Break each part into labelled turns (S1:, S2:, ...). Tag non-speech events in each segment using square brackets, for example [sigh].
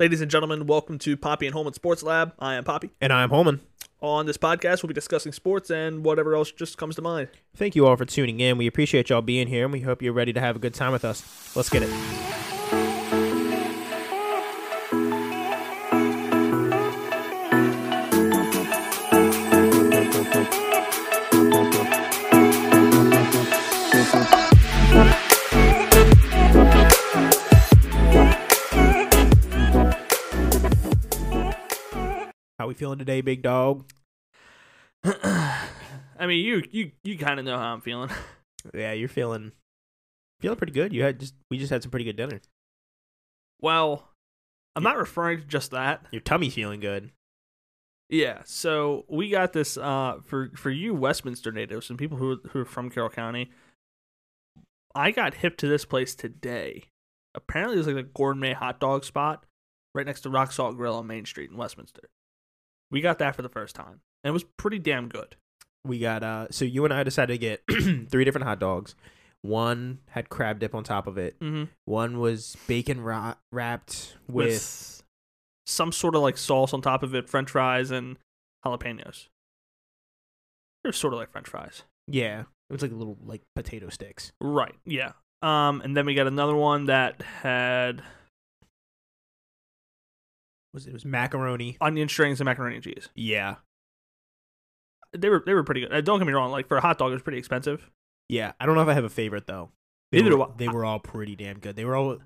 S1: Ladies and gentlemen, welcome to Poppy and Holman Sports Lab. I am Poppy.
S2: And I'm Holman.
S1: On this podcast, we'll be discussing sports and whatever else just comes to mind.
S2: Thank you all for tuning in. We appreciate y'all being here, and we hope you're ready to have a good time with us. Let's get it. How we feeling today, big dog?
S1: [clears throat] I mean, you you you kind of know how I'm feeling.
S2: Yeah, you're feeling feeling pretty good. You had just we just had some pretty good dinner.
S1: Well, I'm not referring to just that.
S2: Your tummy's feeling good.
S1: Yeah. So we got this uh, for for you Westminster natives and people who who are from Carroll County. I got hip to this place today. Apparently, there's like a gourmet hot dog spot right next to Rock Salt Grill on Main Street in Westminster. We got that for the first time, and it was pretty damn good.
S2: We got uh so you and I decided to get [clears throat] three different hot dogs. One had crab dip on top of it.
S1: Mm-hmm.
S2: One was bacon ra- wrapped
S1: With,
S2: with
S1: some sort of like sauce on top of it, French fries and jalapenos. They're sort of like French fries.
S2: Yeah, it was like little like potato sticks.
S1: Right. Yeah. Um, and then we got another one that had
S2: Was it was macaroni?
S1: onion strings and macaroni and cheese.
S2: Yeah,
S1: They were they were pretty good. Uh, Don't get me wrong. Like for a hot dog, it was pretty expensive. [clears throat]
S2: yeah. I don't know if I have a favorite though. They
S1: Neither
S2: were,
S1: do I.
S2: They were all pretty damn good. They were all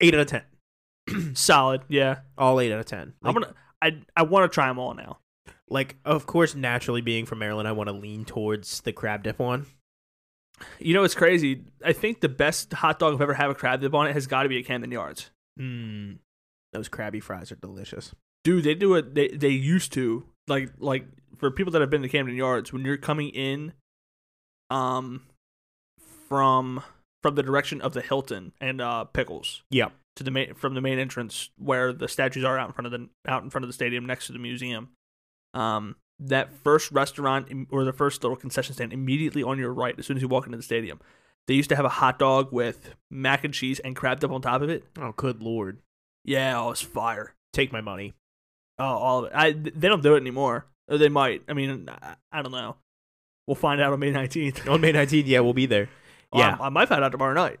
S2: eight out of ten.
S1: Solid. Yeah.
S2: All eight out of ten. Like,
S1: I'm gonna. I I want to try them all now.
S2: like, of course, naturally being from Maryland, I want to lean towards the crab dip one.
S1: You know, it's crazy. I think the best hot dog I've ever had with crab dip on it has got to be at Camden Yards.
S2: Mm. Those crabby fries are delicious.
S1: dude they do it they, they used to like like for people that have been to camden yards when you're coming in um from from the direction of the hilton and uh pickles
S2: Yeah,
S1: to the main from the main entrance where the statues are out in front of the out in front of the stadium next to the museum um that first restaurant im- or the first little concession stand immediately on your right as soon as you walk into the stadium they used to have a hot dog with mac and cheese and crab dip on top of it
S2: Oh, good lord!
S1: yeah oh it's fire
S2: Take my money.
S1: Oh, all of it. I th- they don't do it anymore. Or they might. I mean, I, I don't know. We'll find out on May nineteenth. Um,
S2: On May nineteenth, yeah, we'll be there. [laughs] Yeah,
S1: I, I might find out tomorrow night.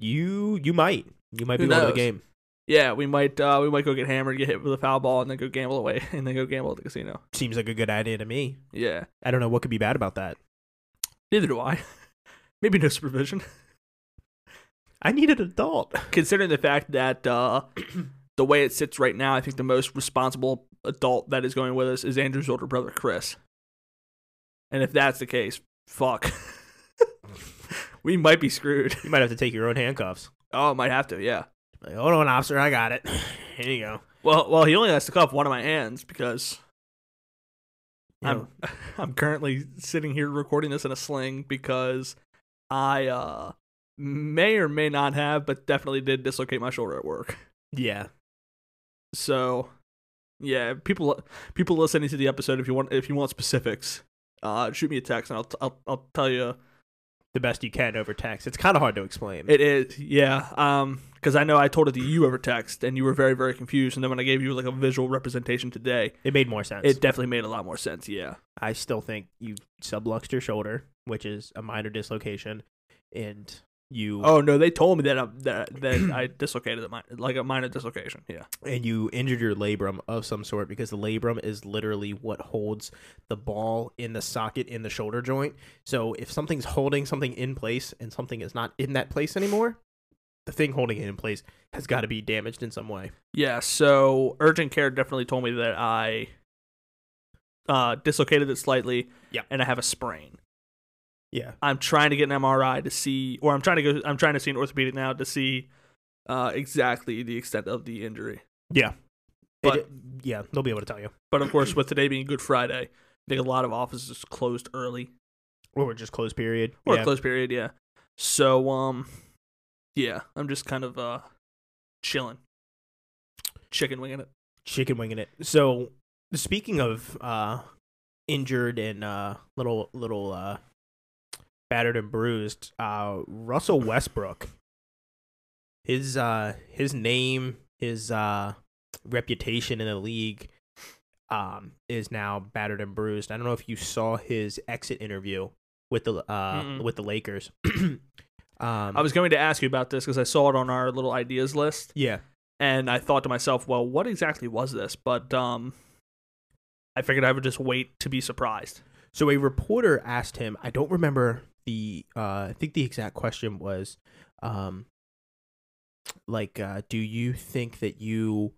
S2: you you might you might
S1: Who
S2: be one of the
S1: knows?
S2: game.
S1: Yeah, we might. Uh, we might go get hammered, get hit with a foul ball, and then go gamble away, [laughs] and then go gamble at the casino.
S2: Seems like a good idea to me.
S1: Yeah.
S2: I don't know what could be bad about that.
S1: Neither do I. [laughs] Maybe no supervision, [laughs]
S2: I need an adult.
S1: considering the fact that uh, [clears throat] the way it sits right now, I think the most responsible adult that is going with us is Andrew's older brother, Chris. And if that's the case, fuck, [laughs] we might be screwed.
S2: You might have to take your own handcuffs.
S1: Oh, might have to. Yeah.
S2: Like, Hold on, officer, I got it. [sighs] Here you go.
S1: Well, well, he only has to cuff one of my hands because
S2: You Um,
S1: I'm [laughs] I'm currently sitting here recording this in a sling because I uh may or may not have, but definitely did dislocate my shoulder at work.
S2: Yeah.
S1: So, yeah, people people listening to the episode, if you want if you want specifics, uh, shoot me a text and I'll t- I'll, I'll tell you
S2: The best you can over text. It's kind of hard to explain.
S1: it is yeah um because I know I told it to you over text and you were very very confused and then when I gave you like a visual representation today,
S2: It made more sense.
S1: it definitely made a lot more sense. Yeah.
S2: I still think you subluxed your shoulder, which is a minor dislocation, and you
S1: Oh no, they told me that I, that that I dislocated it, mi- like a minor dislocation. Yeah,
S2: and you injured your labrum of some sort because the labrum is literally what holds the ball in the socket in the shoulder joint. So if something's holding something in place and something is not in that place anymore, the thing holding it in place has got to be damaged in some way.
S1: yeah. So urgent care definitely told me that I uh, dislocated it slightly.
S2: Yep.
S1: and I have a sprain.
S2: Yeah.
S1: I'm trying to get an MRI to see, or I'm trying to go. I'm trying to see an orthopedic now to see uh, exactly the extent of the injury.
S2: Yeah.
S1: But-
S2: It- yeah, they'll be able to tell you.
S1: But of course, with today being Good Friday, I think a lot of offices closed early
S2: Or we're just closed period.
S1: or
S2: yeah.
S1: closed period. Yeah. So um, yeah, I'm just kind of uh chilling, chicken winging it.
S2: chicken winging it. So speaking of uh injured and uh little little uh battered and bruised, uh Russell Westbrook his uh his name his uh reputation in the league um, is now battered and bruised. I don't know if you saw his exit interview with the uh,
S1: Mm-mm.
S2: with the Lakers. [clears throat] um,
S1: I was going to ask you about this because I saw it on our little ideas list,
S2: yeah,
S1: and I thought to myself, well, what exactly was this? But um, I figured I would just wait to be surprised.
S2: So a reporter asked him, I don't remember the uh I think the exact question was um like uh do you think that you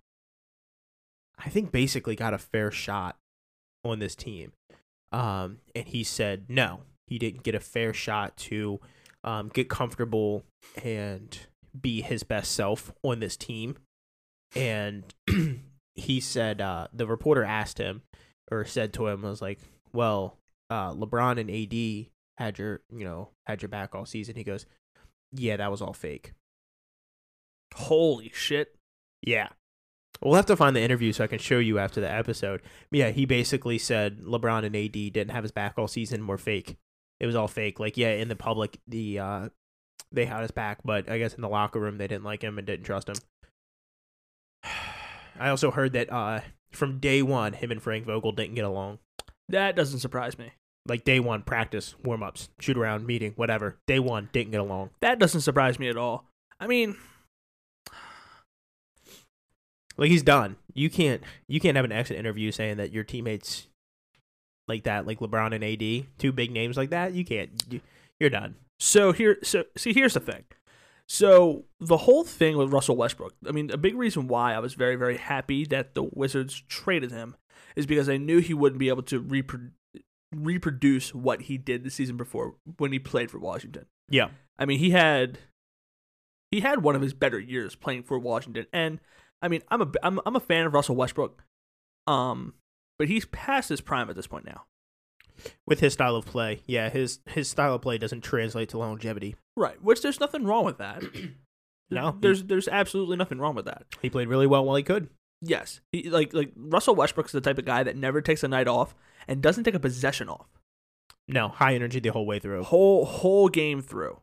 S2: I think basically got a fair shot on this team. Um and he said no. He didn't get a fair shot to um get comfortable and be his best self on this team. And [clears throat] he said uh the reporter asked him or said to him I was like well, uh, LeBron and AD had your, you know, had your back all season. He goes, yeah, that was all fake.
S1: Holy shit!
S2: Yeah. We'll have to find the interview so I can show you after the episode. Yeah, he basically said LeBron and AD didn't have his back all season, were fake. It was all fake. Like, yeah, in the public, the uh, they had his back, but I guess in the locker room they didn't like him and didn't trust him. [sighs] I also heard that uh, from day one, him and Frank Vogel didn't get along.
S1: That doesn't surprise me.
S2: like day one practice warm ups shoot around meeting whatever day one didn't get along
S1: That doesn't surprise me at all. I mean,
S2: like he's done you can't you can't have an exit interview saying that your teammates like that like lebron and ad two big names like that you can't you, you're done
S1: So here, so see, here's the thing. So the whole thing with Russell Westbrook, I mean, a big reason why I was very, very happy that the Wizards traded him is because I knew he wouldn't be able to repro- reproduce what he did the season before when he played for Washington.
S2: yeah
S1: I mean, he had he had one of his better years playing for Washington, and I mean, I'm a I'm, I'm a fan of Russell Westbrook, um, but he's past his prime at this point now.
S2: with his style of play yeah his his style of play doesn't translate to longevity
S1: Right, which there's nothing wrong with that.
S2: No.
S1: there's there's absolutely nothing wrong with that.
S2: he played really well while he could
S1: Yes, he, like like Russell Westbrook's the type of guy that never takes a night off and doesn't take a possession off
S2: no high energy the whole way through
S1: whole whole game through.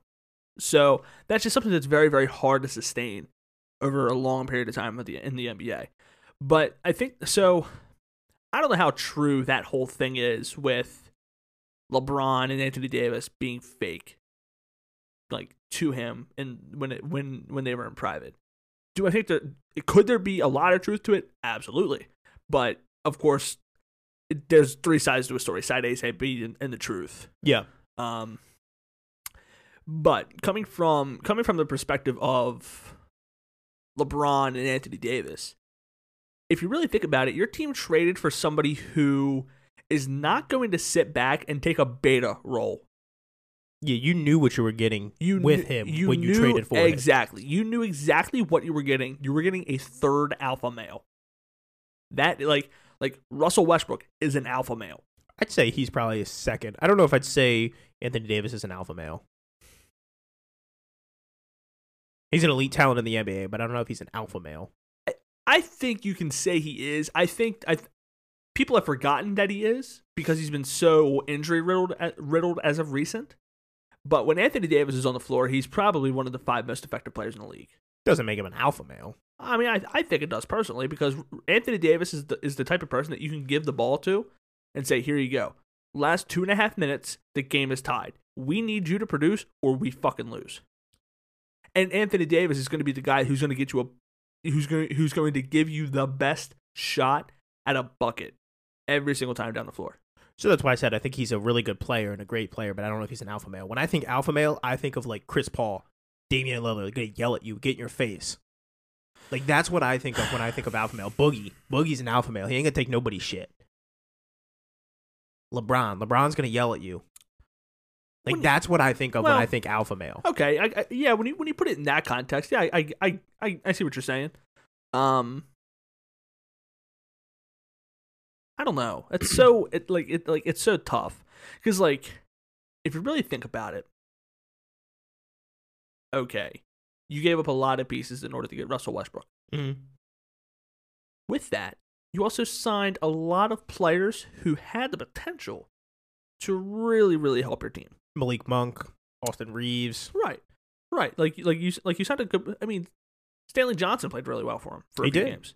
S1: So that's just something that's very very hard to sustain over a long period of time in the in the NBA. But I think so. I don't know how true that whole thing is with LeBron and Anthony Davis being fake, like to him and when it when when they were in private. Do I think that could there be a lot of truth to it? Absolutely, but of course, it, there's three sides to a story: side A, side B, and, and the truth.
S2: yeah
S1: Um, but coming from coming from the perspective of LeBron and Anthony Davis, if you really think about it, your team traded for somebody who is not going to sit back and take a beta role.
S2: yeah you knew what you were getting
S1: You
S2: with
S1: kn-
S2: him when you
S1: knew
S2: traded for him
S1: exactly. You knew exactly what you were getting. You were getting a third alpha male. That like like Russell Westbrook is an alpha male.
S2: I'd say he's probably a second. I don't know if I'd say Anthony Davis is an alpha male. He's an elite talent in the NBA, but I don't know if he's an alpha male.
S1: I think you can say he is. I think I th- people have forgotten that he is because he's been so injury riddled uh, riddled as of recent. But when Anthony Davis is on the floor, he's probably one of the five most effective players in the league.
S2: Doesn't make him an alpha male.
S1: I mean, I, I think it does personally because Anthony Davis is the, is the type of person that you can give the ball to and say, here you go. Last two and a half minutes, the game is tied. We need you to produce or we fucking lose. And Anthony Davis is going to be the guy who's going to get you a who's going who's going to give you the best shot at a bucket every single time down the floor.
S2: So that's why I said I think he's a really good player and a great player, but I don't know if he's an alpha male. When I think alpha male, I think of like Chris Paul, Damian Lillard, they're gonna yell at you, get in your face. Like that's what I think of when I think of alpha male. Boogie, Boogie's an alpha male. He ain't gonna take nobody's shit. LeBron, LeBron's gonna yell at you. Like
S1: When-
S2: that's what I think of when I
S1: well-
S2: think alpha male.
S1: Okay, I, I, yeah. When you when you put it in that context, yeah, I I I, I see what you're saying. Um, I don't know. It's so it like it like it's so tough because like if you really think about it, okay, you gave up a lot of pieces in order to get Russell Westbrook.
S2: Mm-hmm.
S1: With that, you also signed a lot of players who had the potential to really really help your team.
S2: Malik Monk, Austin Reeves.
S1: Right, right. Like like you like you sounded good. I mean, Stanley Johnson played really well for him for a
S2: He
S1: few
S2: did.
S1: games.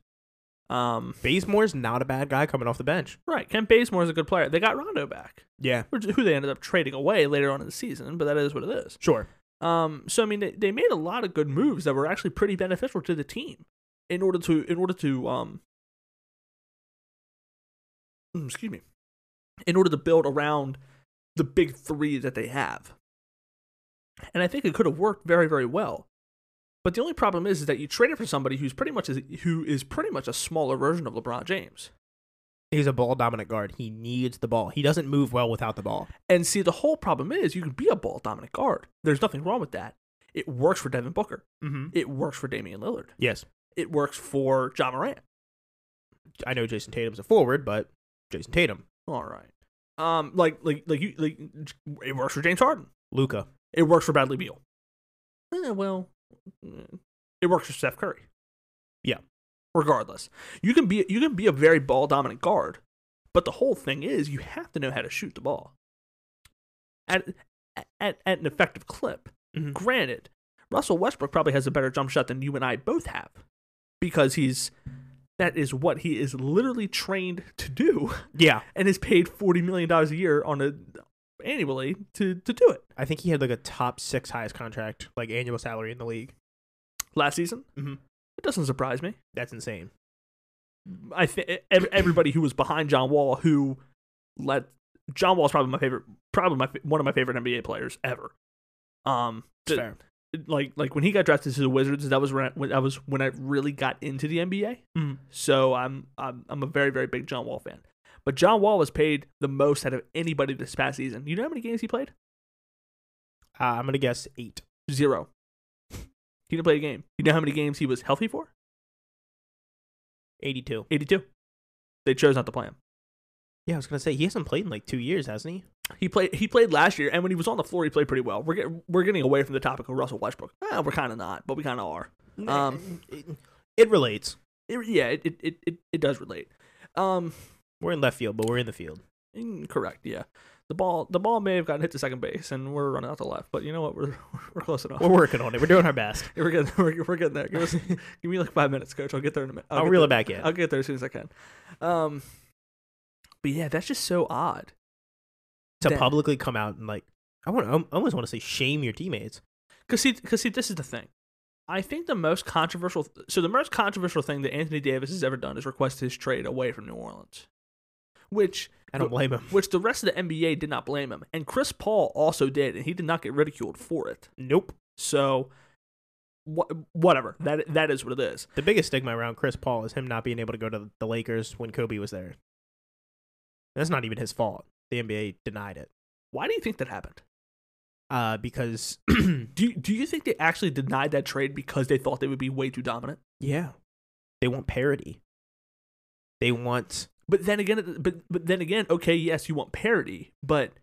S1: Um,
S2: Bazemore's not a bad guy coming off the bench.
S1: right, Kent Bazemore is a good player. They got Rondo back,
S2: Yeah,
S1: which- who they ended up trading away later on in the season, but that is what it is.
S2: sure.
S1: Um, so I mean, they, they made a lot of good moves that were actually pretty beneficial to the team in order to in order to um, mm, excuse me, in order to build around the big three that they have. And I think it could have worked very very well. But the only problem is, is that you traded for somebody who's pretty much who is pretty much a smaller version of LeBron James.
S2: He's a ball dominant guard. He needs the ball. He doesn't move well without the ball.
S1: And see, the whole problem is you can be a ball dominant guard. There's nothing wrong with that. It works for Devin Booker.
S2: Mm-hmm.
S1: It works for Damian Lillard.
S2: Yes,
S1: it works for John Morant.
S2: I know Jason Tatum's a forward, but Jason Tatum,
S1: All right. Um, like like like you like it works for James Harden.
S2: Luca,
S1: It works for Bradley Beal. Eh, well, eh, it works for Steph Curry.
S2: Yeah.
S1: Regardless, you can be you can be a very ball dominant guard, but the whole thing is you have to know how to shoot the ball. At at at an effective clip.
S2: Mhm.
S1: Granted, Russell Westbrook probably has a better jump shot than you and I both have, because he's that is what he is literally trained to do.
S2: Yeah,
S1: and is paid forty million dollars a year on a annually to to do it
S2: I think he had like a top six highest contract, like annual salary in the league.
S1: last season.
S2: Mhm.
S1: It doesn't surprise me.
S2: That's insane.
S1: I think everybody who was behind John Wall, who let John Wall's probably my favorite, probably my fa- one of my favorite NBA players ever. Um, the-
S2: It's fair.
S1: like like when he got drafted to the Wizards, that was when I, when I was when I really got into the NBA.
S2: Mhm.
S1: So I'm I'm I'm a very very big John Wall fan. But John Wall was paid the most out of anybody this past season. You know how many games he played?
S2: Uh, I'm gonna guess eight.
S1: Zero. [laughs] He didn't play a game. You know how many games he was healthy for?
S2: 82.
S1: 82. They chose not to play him.
S2: Yeah, I was gonna say he hasn't played in like two years, hasn't he?
S1: He played he played last year, and when he was on the floor, he played pretty well. We're get, we're getting away from the topic of Russell Westbrook. Eh, we're kind of not, but we kind of are. Um,
S2: it, it relates.
S1: It- yeah, it, it- it, it, it does relate. Um,
S2: We're in left field, but we're in the field.
S1: mm, correct. Yeah, the ball the ball may have gotten hit to second base, and we're running out to left. But you know what? We're [laughs] we're close enough.
S2: We're working on it. We're doing our
S1: [laughs]
S2: best.
S1: We're getting we're, we're getting there. Give us [laughs] give me like five minutes, coach. I'll get there in a minute.
S2: I'll,
S1: get
S2: reel
S1: there.
S2: it back in.
S1: I'll get there as soon as I can. Um, but yeah, that's just so odd.
S2: to
S1: that-
S2: publicly come out and like, I want. I almost want to say shame your teammates.
S1: Cause see, cause see, this is the thing. I think the most controversial, so the most controversial thing that Anthony Davis has ever done is request his trade away from New Orleans, which
S2: I don't blame him.
S1: which the rest of the NBA did not blame him, and Chris Paul also did, and he did not get ridiculed for it.
S2: Nope.
S1: So, wha- whatever that that is what it is.
S2: The biggest stigma around Chris Paul is him not being able to go to the Lakers when Kobe was there. That's not even his fault. The NBA denied it
S1: Why do you think that happened? [clears throat]
S2: uh, because,
S1: Do you, do you think they actually denied that trade because they thought they would be way too dominant?
S2: yeah, they want parity. They want
S1: But then again, it- but but then again, okay, yes, you want parity, but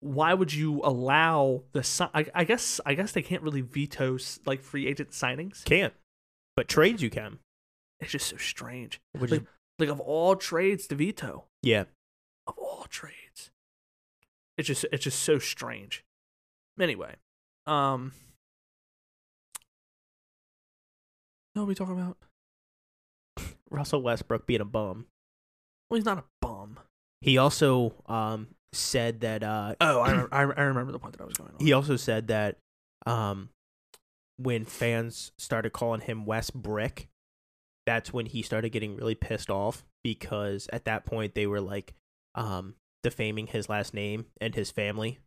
S1: why would you allow the si- I, I guess I guess they can't really veto s- like free agent signings.
S2: can't, but trades you can.
S1: It's just so strange.
S2: Which
S1: like,
S2: is,
S1: like of all trades to veto,
S2: yeah,
S1: of all trades, it's just it's just so strange. Anyway, um, what are we talking about?
S2: Russell Westbrook being a bum.
S1: Well, he's not a bum.
S2: He also um, said that uh,
S1: Oh, I, remember, I I remember the point that I was going [clears throat] on.
S2: he also said that um, when fans started calling him West Brick, that's when he started getting really pissed off because at that point they were like um, defaming his last name and his family,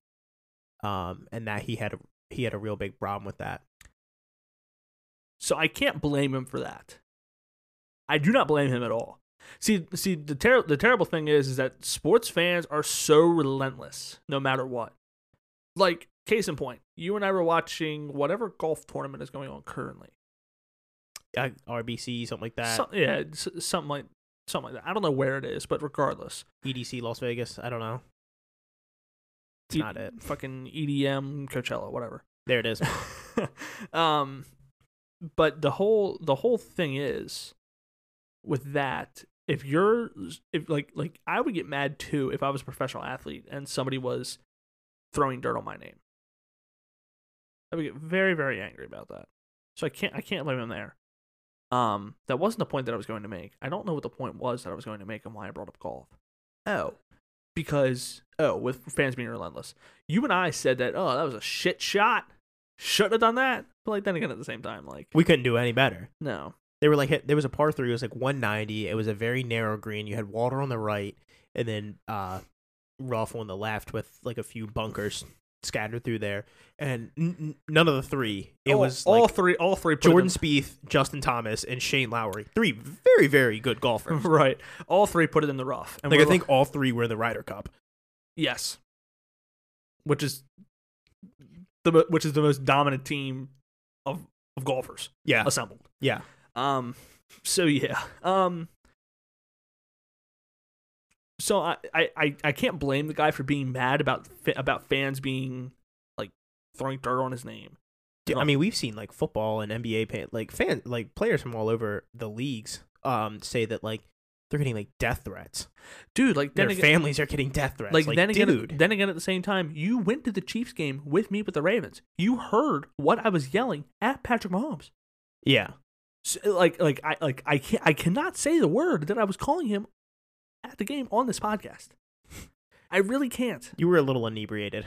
S2: um, and that he had a, he had a real big problem with that.
S1: So I can't blame him for that. I do not blame him at all. See, see, the ter- the terrible thing is, is that sports fans are so relentless, no matter what. Like case in point, you and I were watching whatever golf tournament is going on currently.
S2: Uh, RBC something like that.
S1: Some- yeah, s- something like something like that. I don't know where it is, but regardless,
S2: EDC E Las Vegas. I don't know. It's
S1: E-
S2: not it.
S1: Fucking EDM, Coachella, whatever.
S2: There it is.
S1: um but the whole the whole thing is with that if you're if like like I would get mad too if I was a professional athlete and somebody was throwing dirt on my name. I would get very very angry about that. So I can't I can't blame him there. Um, that wasn't the point that I was going to make. I don't know what the point was that I was going to make and why I brought up golf. Oh, because oh, with fans being relentless, you and I said that oh that was a shit shot, shouldn't have done that. But like then again, at the same time, like
S2: We couldn't do any better.
S1: no,
S2: They were like hit, there was a par three. It was like 190. It was a very narrow green. You had water on the right, and then uh, rough on the left with like a few bunkers scattered through there, and n- n- none of the three. It
S1: all,
S2: was
S1: Oh, all
S2: like,
S1: three, all three. put it
S2: Jordan
S1: in-
S2: Spieth, Justin Thomas, and Shane Lowry. Three very very
S1: [laughs]
S2: good golfers.
S1: right, all three put it in the rough. And
S2: Like I
S1: we're-
S2: think all three were in the Ryder Cup.
S1: Yes. Which is the mo- which is the most dominant team of of golfers
S2: Yeah,
S1: assembled.
S2: yeah.
S1: Um so yeah. Um so I, I, I, I can't blame the guy for being mad about fa- about fans being like throwing dirt on his name.
S2: Dude,
S1: Oh.
S2: I mean, we've seen like football and NBA pa- like fan like players from all over the leagues um say that like they're getting like death threats.
S1: Dude, like then
S2: Their
S1: again,
S2: families are getting death threats.
S1: like,
S2: Like,
S1: then again
S2: dude,
S1: then again at the same time, you went to the Chiefs game with me with the Ravens. You heard what I was yelling at Patrick Mahomes.
S2: yeah,
S1: S like like I like I can not I cannot say the word that I was calling him at the game on this podcast. I really can't.
S2: you were a little inebriated.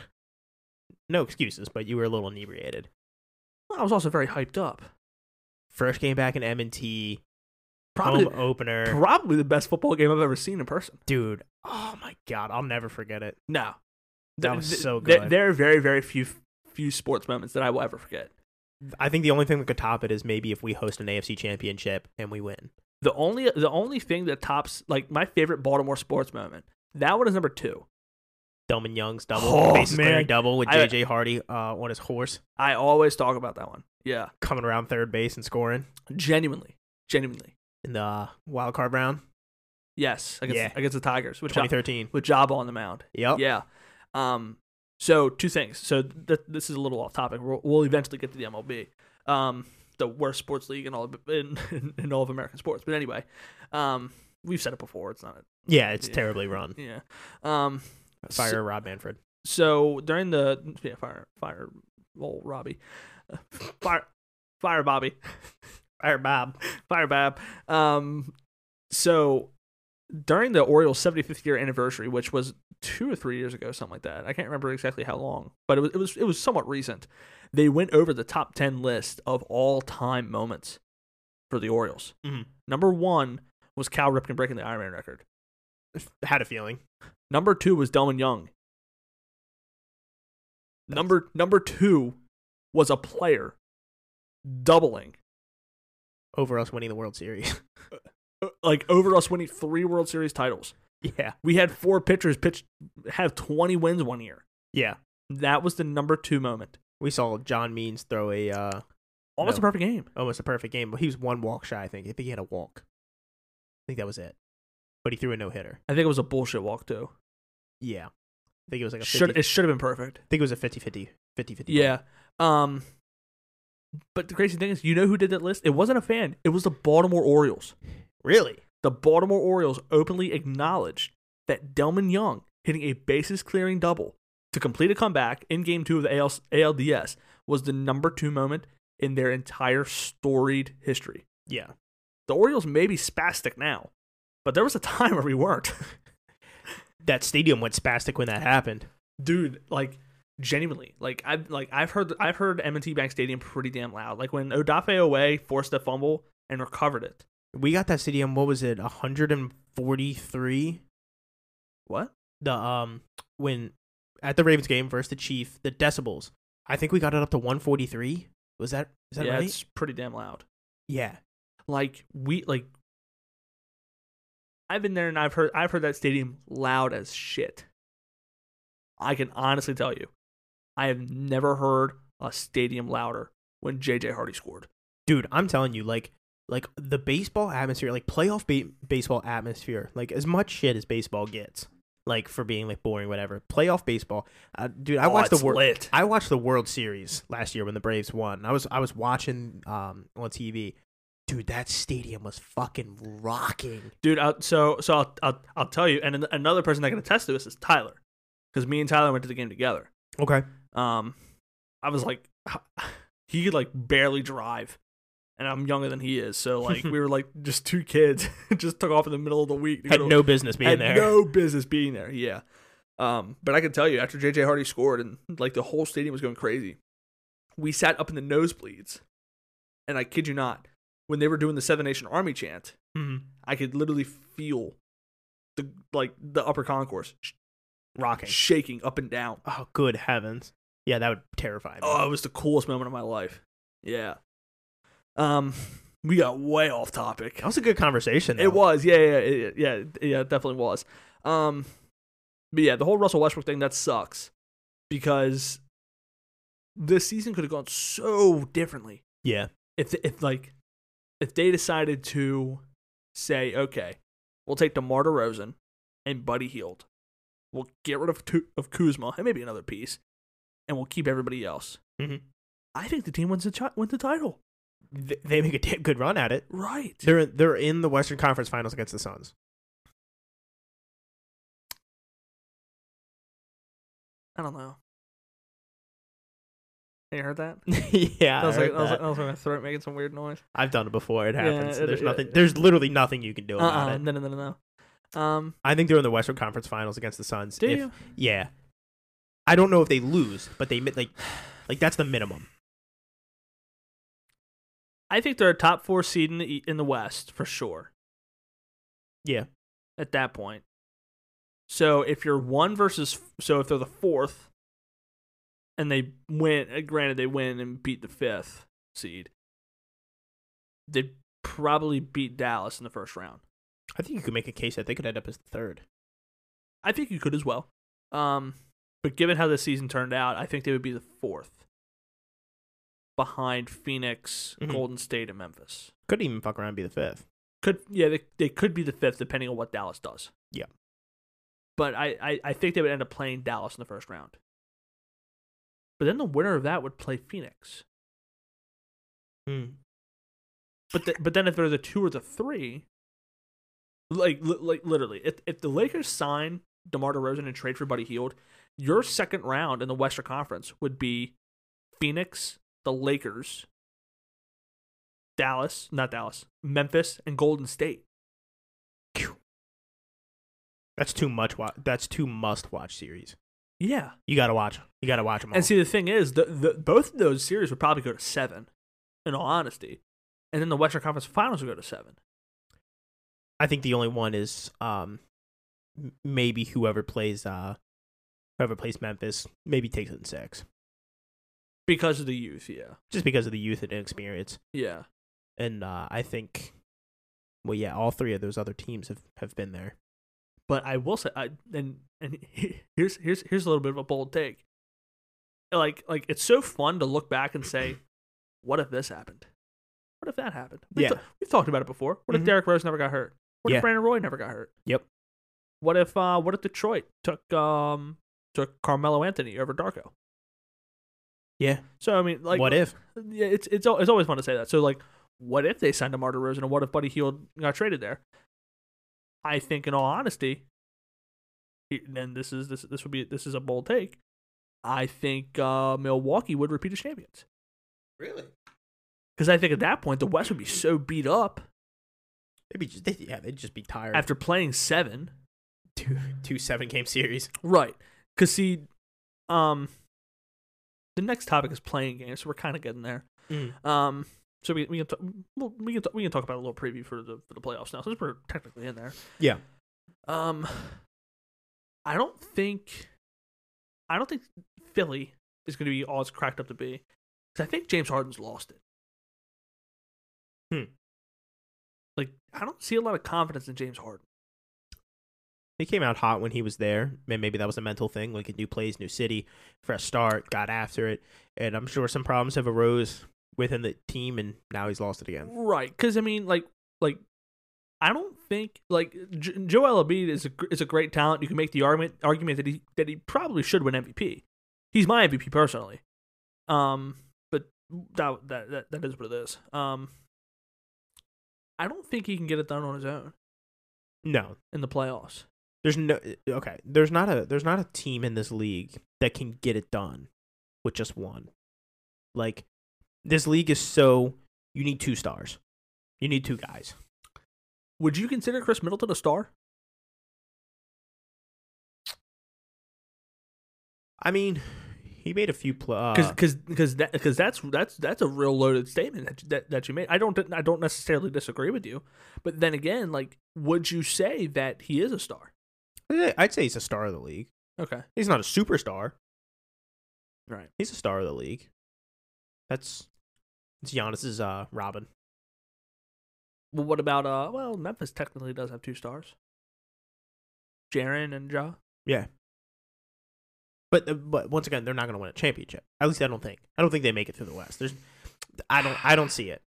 S2: No excuses, but you were a little inebriated.
S1: Well, I was also very hyped up.
S2: First game back in M and T,
S1: Probably
S2: home opener,
S1: probably the best football game I've ever seen in person.
S2: dude. Oh my god, I'll never forget it.
S1: No,
S2: That
S1: Th-
S2: was
S1: th-
S2: so
S1: th-
S2: good.
S1: there are very very few few sports moments that I will ever forget.
S2: I think the only thing that could top it is maybe if we host an AFC championship and we win.
S1: The only the only thing that tops like my favorite Baltimore sports moment. That one is number two.
S2: Dumb and Young's double,
S1: Oh,
S2: bases clearing
S1: man.
S2: double with
S1: I-
S2: JJ Hardy uh, on his horse
S1: I always talk about that one. Yeah,
S2: coming around third base and scoring
S1: genuinely, genuinely.
S2: in the uh, wild card round,
S1: Yes, against
S2: Yeah.
S1: against the Tigers with Ja,
S2: 2013.
S1: with Jabba on the mound.
S2: Yep.
S1: Yeah. Um. So two things. So th- this is a little off topic. We'll, we'll eventually get to the MLB, um, the worst sports league in all of, in, in, [laughs] all of American sports. But anyway, um, we've said it before. It's not.
S2: Yeah, it's
S1: Yeah.
S2: terribly run.
S1: A, yeah. Um.
S2: Fire Rob Manfred.
S1: So during the yeah fire fire well Robbie, [laughs] Uh, fire fire Bobby [laughs]
S2: Fire Bob.
S1: fire Bob. Um. So during the Orioles' 75th year anniversary, which was two or three years ago, something like that. I can't remember exactly how long, but it was it was it was somewhat recent. They went over the top ten list of all time moments for the Orioles.
S2: Mhm.
S1: Number one was Cal Ripken breaking the Ironman record.
S2: Had a feeling.
S1: Number two was Delman Young. Number number two was a player doubling,
S2: Over us winning the World Series. [laughs]
S1: uh, like over us winning three World Series titles.
S2: yeah.
S1: We had four pitchers pitch have twenty wins one year.
S2: Yeah.
S1: That was the number two moment.
S2: We saw John Means throw a uh,
S1: Almost
S2: No.
S1: a perfect game.
S2: almost a perfect game, but he was one walk shy, I think. I think he had a walk. I think that was it. But he threw a no hitter.
S1: I think it was a bullshit walk too.
S2: Yeah. I think it was like a 50,
S1: Should it should have been perfect?
S2: I think it was a 50 50. 50 50.
S1: Yeah. Um. But the crazy thing is, you know who did that list? It wasn't a fan. It was the Baltimore Orioles.
S2: Really?
S1: The Baltimore Orioles openly acknowledged that Delman Young hitting a bases clearing double to complete a comeback in Game Two of the AL- ALDS was the number two moment in their entire storied history.
S2: Yeah.
S1: The Orioles may be spastic now, but there was a [laughs] time where we weren't.
S2: That stadium went spastic when that happened.
S1: dude like genuinely like i've like i've heard i've heard m&t bank stadium pretty damn loud like when odafe away forced a fumble and recovered it
S2: We got that stadium, what was it, 143?
S1: what
S2: The, um, when at the Ravens game versus the Chief, the decibels. I think we got it up to 143. Was that, is that
S1: yeah
S2: right?
S1: it's pretty damn loud
S2: Yeah.
S1: like we like i've been there and i've heard i've heard that stadium loud as shit i can honestly tell you i have never heard a stadium louder when jj hardy scored
S2: dude i'm telling you like like the baseball atmosphere like playoff ba- baseball atmosphere like as much shit as baseball gets like for being like boring whatever playoff baseball uh, dude i
S1: Oh,
S2: watched the
S1: it's
S2: world
S1: lit.
S2: i watched the world series last year when the braves won i was i was watching um on tv dude that stadium was fucking rocking
S1: dude. I, so so I'll, I'll I'll tell you, and an- another person that can attest to this is Tyler, because me and Tyler went to the game together.
S2: okay
S1: [sighs] Um, I was like, he could like barely drive, and I'm younger than he is. So
S2: [laughs]
S1: like we were like just two kids, [laughs] just took off in the middle of the week. to go
S2: Had
S1: to-
S2: no business being
S1: had
S2: there. [laughs]
S1: No business being there. Yeah. Um, but I can tell you, after JJ Hardy scored and like the whole stadium was going crazy, we sat up in the nosebleeds, and I kid you not, when they were doing the Seven Nation Army chant,
S2: Mhm.
S1: I could literally feel the like the upper concourse sh-
S2: Rocking.
S1: shaking up and down.
S2: Oh, good heavens. Yeah, that would terrify me.
S1: Oh, it was the coolest moment of my life. Yeah. Um, we got way off topic.
S2: that was a good conversation. though.
S1: It was, yeah, yeah, yeah, yeah, yeah, it definitely was. Um, but yeah, the whole Russell Westbrook thing that sucks because this season could have gone so differently
S2: Yeah.
S1: if if like if they decided to say, okay, we'll take DeMar DeRozan and Buddy Heald, we'll get rid of Tu- of Kuzma and maybe another piece, and we'll keep everybody else.
S2: Mhm.
S1: I think the team wins the chi- wins the title,
S2: Th- They make a damn good run at it.
S1: right?
S2: They're they're in the Western Conference Finals against the Suns.
S1: [laughs] I don't know. You heard that?
S2: yeah,
S1: I was,
S2: I
S1: like,
S2: heard
S1: I, was like,
S2: that.
S1: I was like, my throat making some weird noise.
S2: I've done it before. It
S1: Yeah,
S2: happens.
S1: it-
S2: there's
S1: it-
S2: nothing. there's literally nothing you can do
S1: Uh,
S2: about
S1: uh
S2: it.
S1: no, no, no, no, no. Um,
S2: I think they're in the Western Conference Finals against the Suns.
S1: do
S2: if,
S1: you?
S2: Yeah. I don't know if they lose, but they mi- like, like that's the minimum.
S1: I think they're a top four seed in the E- in the West for sure.
S2: Yeah.
S1: At that point, so if you're one versus, so if they're the fourth, and they win, uh, granted they win and beat the fifth seed, they probably beat Dallas in the first round.
S2: I think you could make a case that they could end up as the third.
S1: I think you could as well. Um, but given how this season turned out, I think they would be the fourth behind Phoenix,
S2: Mhm.
S1: Golden State, and Memphis.
S2: Could even fuck around and be the fifth.
S1: Could yeah, they, they could be the fifth depending on what Dallas does.
S2: Yeah.
S1: But I, I, I think they would end up playing Dallas in the first round. But then the winner of that would play Phoenix. Hmm. But the, but then if they're the two or the three, like li- like literally, if if the Lakers sign DeMar DeRozan and trade for Buddy Heald, your second round in the Western Conference would be Phoenix, the Lakers, Dallas, not Dallas, Memphis, and Golden State.
S2: That's too much. Wa- that's too must-watch series.
S1: Yeah,
S2: You gotta watch. 'em. You gotta watch them all.
S1: and see the thing is, the, the both of those series would probably go to seven, in all honesty, and then the Western Conference Finals would go to seven.
S2: I think the only one is um, m- maybe whoever plays uh, whoever plays Memphis maybe takes it in six,
S1: because of the youth. Yeah,
S2: just because of the youth and experience.
S1: yeah.
S2: And uh, I think, well, yeah, all three of those other teams have, have been there.
S1: But I will say, I, and and he- here's here's here's a little bit of a bold take. Like like it's so fun to look back and say, what if this happened? What if that happened? We've
S2: Yeah.
S1: ta- we've talked about it before. What
S2: Mhm.
S1: if Derrick Rose never got hurt? What
S2: Yeah.
S1: if Brandon Roy never got hurt?
S2: Yep.
S1: What if uh what if Detroit took um took Carmelo Anthony over Darko?
S2: Yeah.
S1: So I mean like
S2: what if?
S1: yeah, it's it's al- it's always fun to say that. So like, what if they signed a Marta Rosen, and what if Buddy Heald got traded there? I think, in all honesty, he- then this is this this would be this is a bold take. I think uh, Milwaukee would repeat as champions
S2: Really?
S1: because I think at that point the West would be so beat up
S2: They'd be just, they, yeah, they'd just be tired
S1: after playing seven,
S2: [laughs] two two seven game series.
S1: right? Because see, um, the next topic is playing games, so we're kind of getting there.
S2: Mm.
S1: Um, so we we can t- well, we can t- we can talk about a little preview for the for the playoffs now since we're technically in there.
S2: Yeah.
S1: Um, I don't think, I don't think Philly is going to be all it's cracked up to be. 'Cause I think James Harden's lost it.
S2: Hmm.
S1: Like I don't see a lot of confidence in James Harden.
S2: He came out hot when he was there. Man, maybe that was a mental thing, like a new place, new city, fresh start, got after it, and I'm sure some problems have arose within the team, and now he's lost it again.
S1: Right, because I mean, like, like I don't think like J- Joel Embiid is a gr- is a great talent. You can make the argument argument that he that he probably should win MVP. He's my MVP personally. Um, but that that that, that is what it is. Um, I don't think he can get it done on his own
S2: No,
S1: in the playoffs.
S2: there's no uh, okay. There's not a there's not a team in this league that can get it done with just one. Like this league is so you need two stars. You need two guys.
S1: Would you consider Chris Middleton a star?
S2: I mean, he made a few uh, plays.
S1: Because because that because that's that's that's a real loaded statement that, that that you made. I don't I don't necessarily disagree with you, but then again, like, would you say that he is a star?
S2: eh, I'd say he's a star of the league.
S1: Okay,
S2: He's not a superstar.
S1: right.
S2: He's a star of the league. That's it's Giannis's uh, Robin.
S1: Well, what about uh? Well, Memphis technically does have two stars. Jaron and Ja.
S2: But uh, but once again, they're not going to win a championship. At least I don't think. I don't think they make it through the West. There's I don't I don't see it.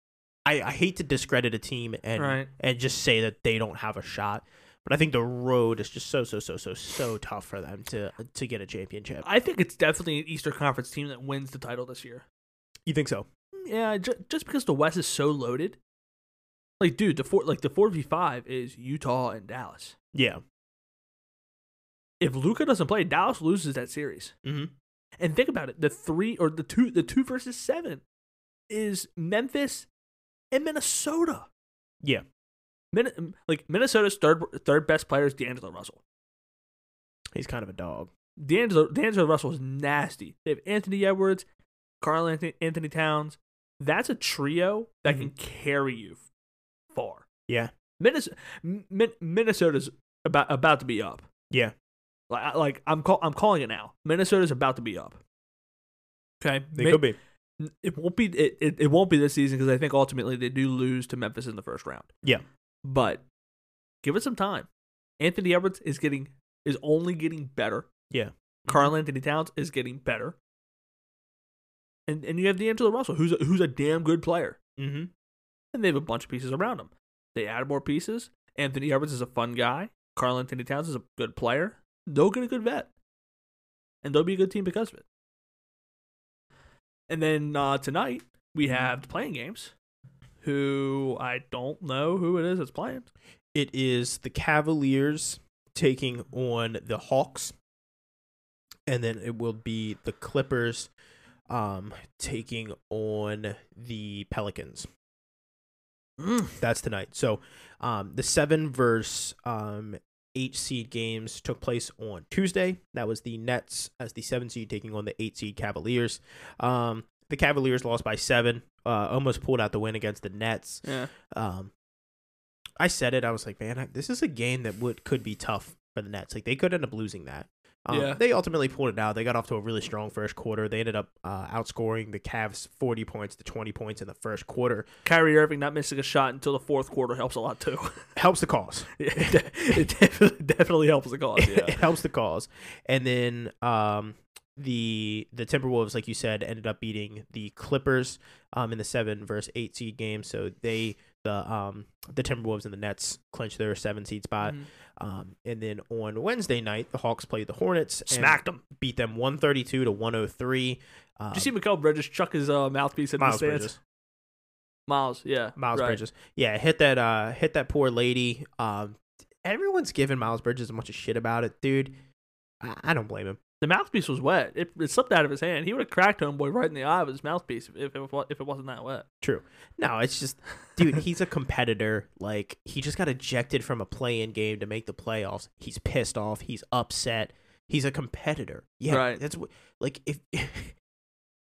S2: I, I hate to discredit a team and
S1: Right.
S2: and just say that they don't have a shot. But I think the road is just so so so so so tough for them to to get a championship.
S1: I think it's definitely an Easter Conference team that wins the title this year. Mm,
S2: You think so?
S1: Yeah, ju- just because the West is so loaded. Like, dude, the four like the four v five is Utah and Dallas.
S2: Yeah.
S1: If Luca doesn't play, Dallas loses that series.
S2: Mm-hmm.
S1: And think about it: the three or the two, the two versus seven, is Memphis and Minnesota.
S2: Yeah.
S1: Min- um, like Minnesota's third third best player is D'Angelo Russell.
S2: He's kind of a dog.
S1: D'Angelo, D'Angelo Russell is nasty. They have Anthony Edwards, Carl Anthony, Anthony Towns. That's a trio that can carry you far.
S2: Mm-hmm. Yeah.
S1: Minnesota, Min- Minnesota's about about to be up.
S2: Yeah.
S1: Like I- like I'm call, I'm calling it now. Minnesota's about to be up. Okay,
S2: They
S1: Ma-
S2: could be.
S1: it won't be it, it, it won't be this season because I think ultimately they do lose to Memphis in the first round.
S2: Yeah.
S1: But give it some time. Anthony Edwards is getting is only getting better.
S2: Yeah. Mm-hmm.
S1: Carl Anthony Towns is getting better. And and you have D'Angelo Russell, who's a, who's a damn good player,
S2: Mm-hmm.
S1: and they have a bunch of pieces around him. They add more pieces. Anthony Edwards is a fun guy. Carl Anthony Towns is a good player. They'll get a good vet, and they'll be a good team because of it. And then uh, tonight we have the playing games. Who I don't know who it is that's playing.
S2: It is the Cavaliers taking on the Hawks, and then it will be the Clippers um, taking on the Pelicans. That's tonight. So um, the seven verse um, eight seed games took place on Tuesday. That was the Nets as the seven seed taking on the eight seed Cavaliers. Um, the Cavaliers lost by seven, uh, almost pulled out the win against the Nets.
S1: Yeah.
S2: Um, I said it. I was like, man, I, this is a game that would could be tough for the Nets. Like they could end up losing that. Um,
S1: Yeah.
S2: They ultimately pulled it out. They got off to a really strong first quarter. They ended up uh, outscoring the Cavs forty points to twenty points in the first quarter.
S1: Kyrie Irving not missing a shot until the fourth quarter helps a lot too.
S2: [laughs] Helps
S1: [laughs]
S2: the cause.
S1: it de- it definitely, definitely helps the cause. Yeah.
S2: [laughs]
S1: [laughs]
S2: it helps the cause. And then um, the the Timberwolves, like you said, ended up beating the Clippers um, in the seven versus eight seed game. So they the um, the Timberwolves and the Nets clinched their seven seed spot.
S1: Mhm.
S2: Um, and then on Wednesday night, the Hawks played the Hornets. and
S1: Smacked him.
S2: beat them one thirty two to one hundred three. Um,
S1: Did you see Mikael Bridges chuck his uh, mouthpiece in
S2: Miles
S1: the stands?
S2: Bridges.
S1: Miles, yeah.
S2: Miles
S1: right.
S2: Bridges. Yeah, hit that uh hit that poor lady. Um everyone's giving Miles Bridges a bunch of shit about it, dude. I, I don't blame him.
S1: The mouthpiece was wet. It, it slipped out of his hand. He would have cracked homeboy right in the eye with his mouthpiece if, if, it, wa- if it wasn't that wet.
S2: True. No, it's just dude, he's a competitor. Like he just got ejected from a play in game to make the playoffs. He's pissed off. He's upset. He's a competitor. Yeah.
S1: Right.
S2: That's what like if [laughs]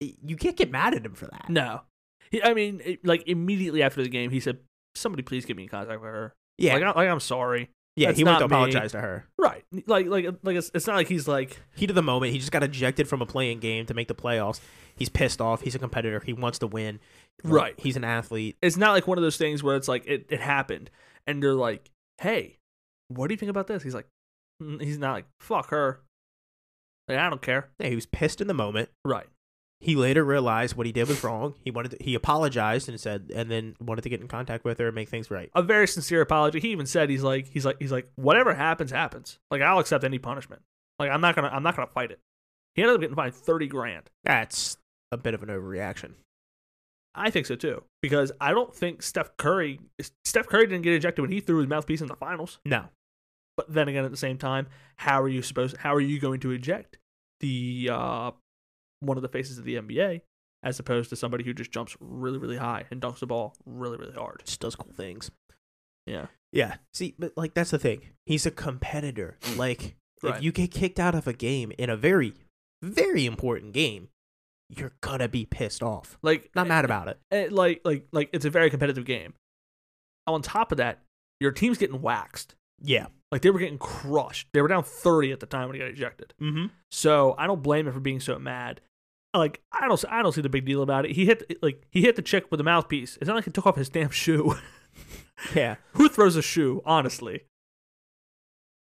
S2: you can't get mad at him for that.
S1: No. He, I mean, it- like, immediately after the game, he said, Somebody please get me in contact with her.
S2: Yeah.
S1: Like, I, like I'm sorry.
S2: yeah,
S1: that's
S2: he went to
S1: not me.
S2: apologize to her.
S1: Right. Like, like, like it's, it's not like he's like,
S2: Heat of the moment. He just got ejected from a playing game to make the playoffs. He's pissed off. He's a competitor. He wants to win. Like,
S1: Right.
S2: He's an athlete.
S1: it's not like one of those things where it's like it, it happened and they're like hey what do you think about this he's like "Mm," he's not like fuck her like, i don't care
S2: Yeah, he was pissed in the moment.
S1: right
S2: He later realized what he did was wrong. He wanted to, he apologized and said and then wanted to get in contact with her and make things right.
S1: a very sincere apology he even said he's like he's like he's like whatever happens happens like i'll accept any punishment like i'm not gonna i'm not gonna fight it he ended up getting fined 30 grand
S2: That's a bit of an overreaction.
S1: i think so too because i don't think steph curry steph curry didn't get ejected when he threw his mouthpiece in the finals
S2: No.
S1: But then again, at the same time, how are you supposed? How are you going to eject the uh, one of the faces of the NBA as opposed to somebody who just jumps really, really high and dunks the ball really, really hard.
S2: Just does cool things.
S1: Yeah.
S2: Yeah. See, but like that's the thing. He's
S1: [clears throat]
S2: a competitor. Like
S1: Right.
S2: if you get kicked out of a game in a very, very important game, you're gonna be pissed off.
S1: Like
S2: Not mad
S1: [laughs]
S2: about it.
S1: it, like like like it's a very competitive game. On top of that, your team's getting waxed.
S2: Yeah.
S1: Like they were getting crushed. They were down 30 at the time when he got ejected.
S2: Mm-hmm.
S1: So I don't blame him for being so mad. Like I don't I don't see the big deal about it. He hit like he hit the chick with a mouthpiece. It's not like he took off his damn [laughs] shoe.
S2: Yeah.
S1: Who throws a shoe? Honestly,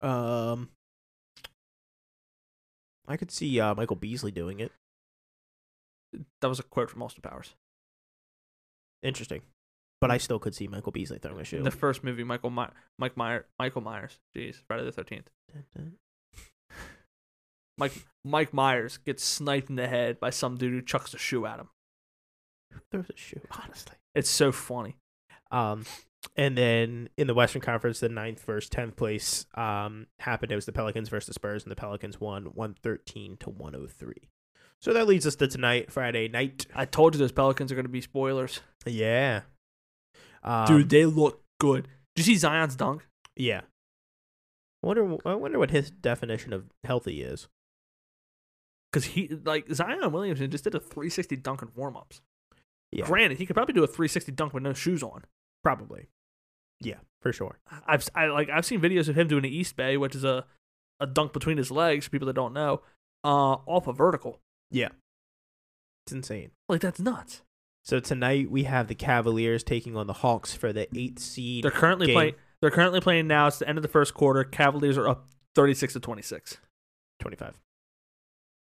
S2: Um. I could see uh, Michael Beasley doing it.
S1: that was a quote from Austin Powers.
S2: Interesting. But I still could see Michael Beasley throwing a shoe.
S1: In Mm. the first movie, Michael My- Mike Meyer Michael Myers. Jeez, Friday the Thirteenth. Mike Mike Myers gets sniped in the head by some dude who chucks a shoe at him.
S2: Throws a shoe, honestly.
S1: It's so funny.
S2: Um, and then in the Western Conference, the ninth versus tenth place um, happened. It was the Pelicans versus the Spurs, and the Pelicans won one thirteen to one hundred three. So that leads us to tonight, Friday night.
S1: I told you those Pelicans are going to be spoilers,
S2: Yeah, um,
S1: dude. They look good. Did you see Zion's dunk?
S2: Yeah. I wonder. I wonder what his definition of healthy is.
S1: Because he like Zion Williamson just did a 360 dunk in warmups.
S2: Yeah.
S1: Granted, he could probably do a 360 dunk with no shoes on.
S2: Probably. Yeah, for sure.
S1: I've I like I've seen videos of him doing an East Bay, which is a, a dunk between his legs. For people that don't know, uh, off a vertical.
S2: It's insane.
S1: Like that's nuts.
S2: So tonight we have the Cavaliers taking on the Hawks for the eighth seed.
S1: They're currently
S2: Game.
S1: playing. They're currently playing now. It's the end of the first quarter. Cavaliers are up 36 to 26.
S2: Twenty-five.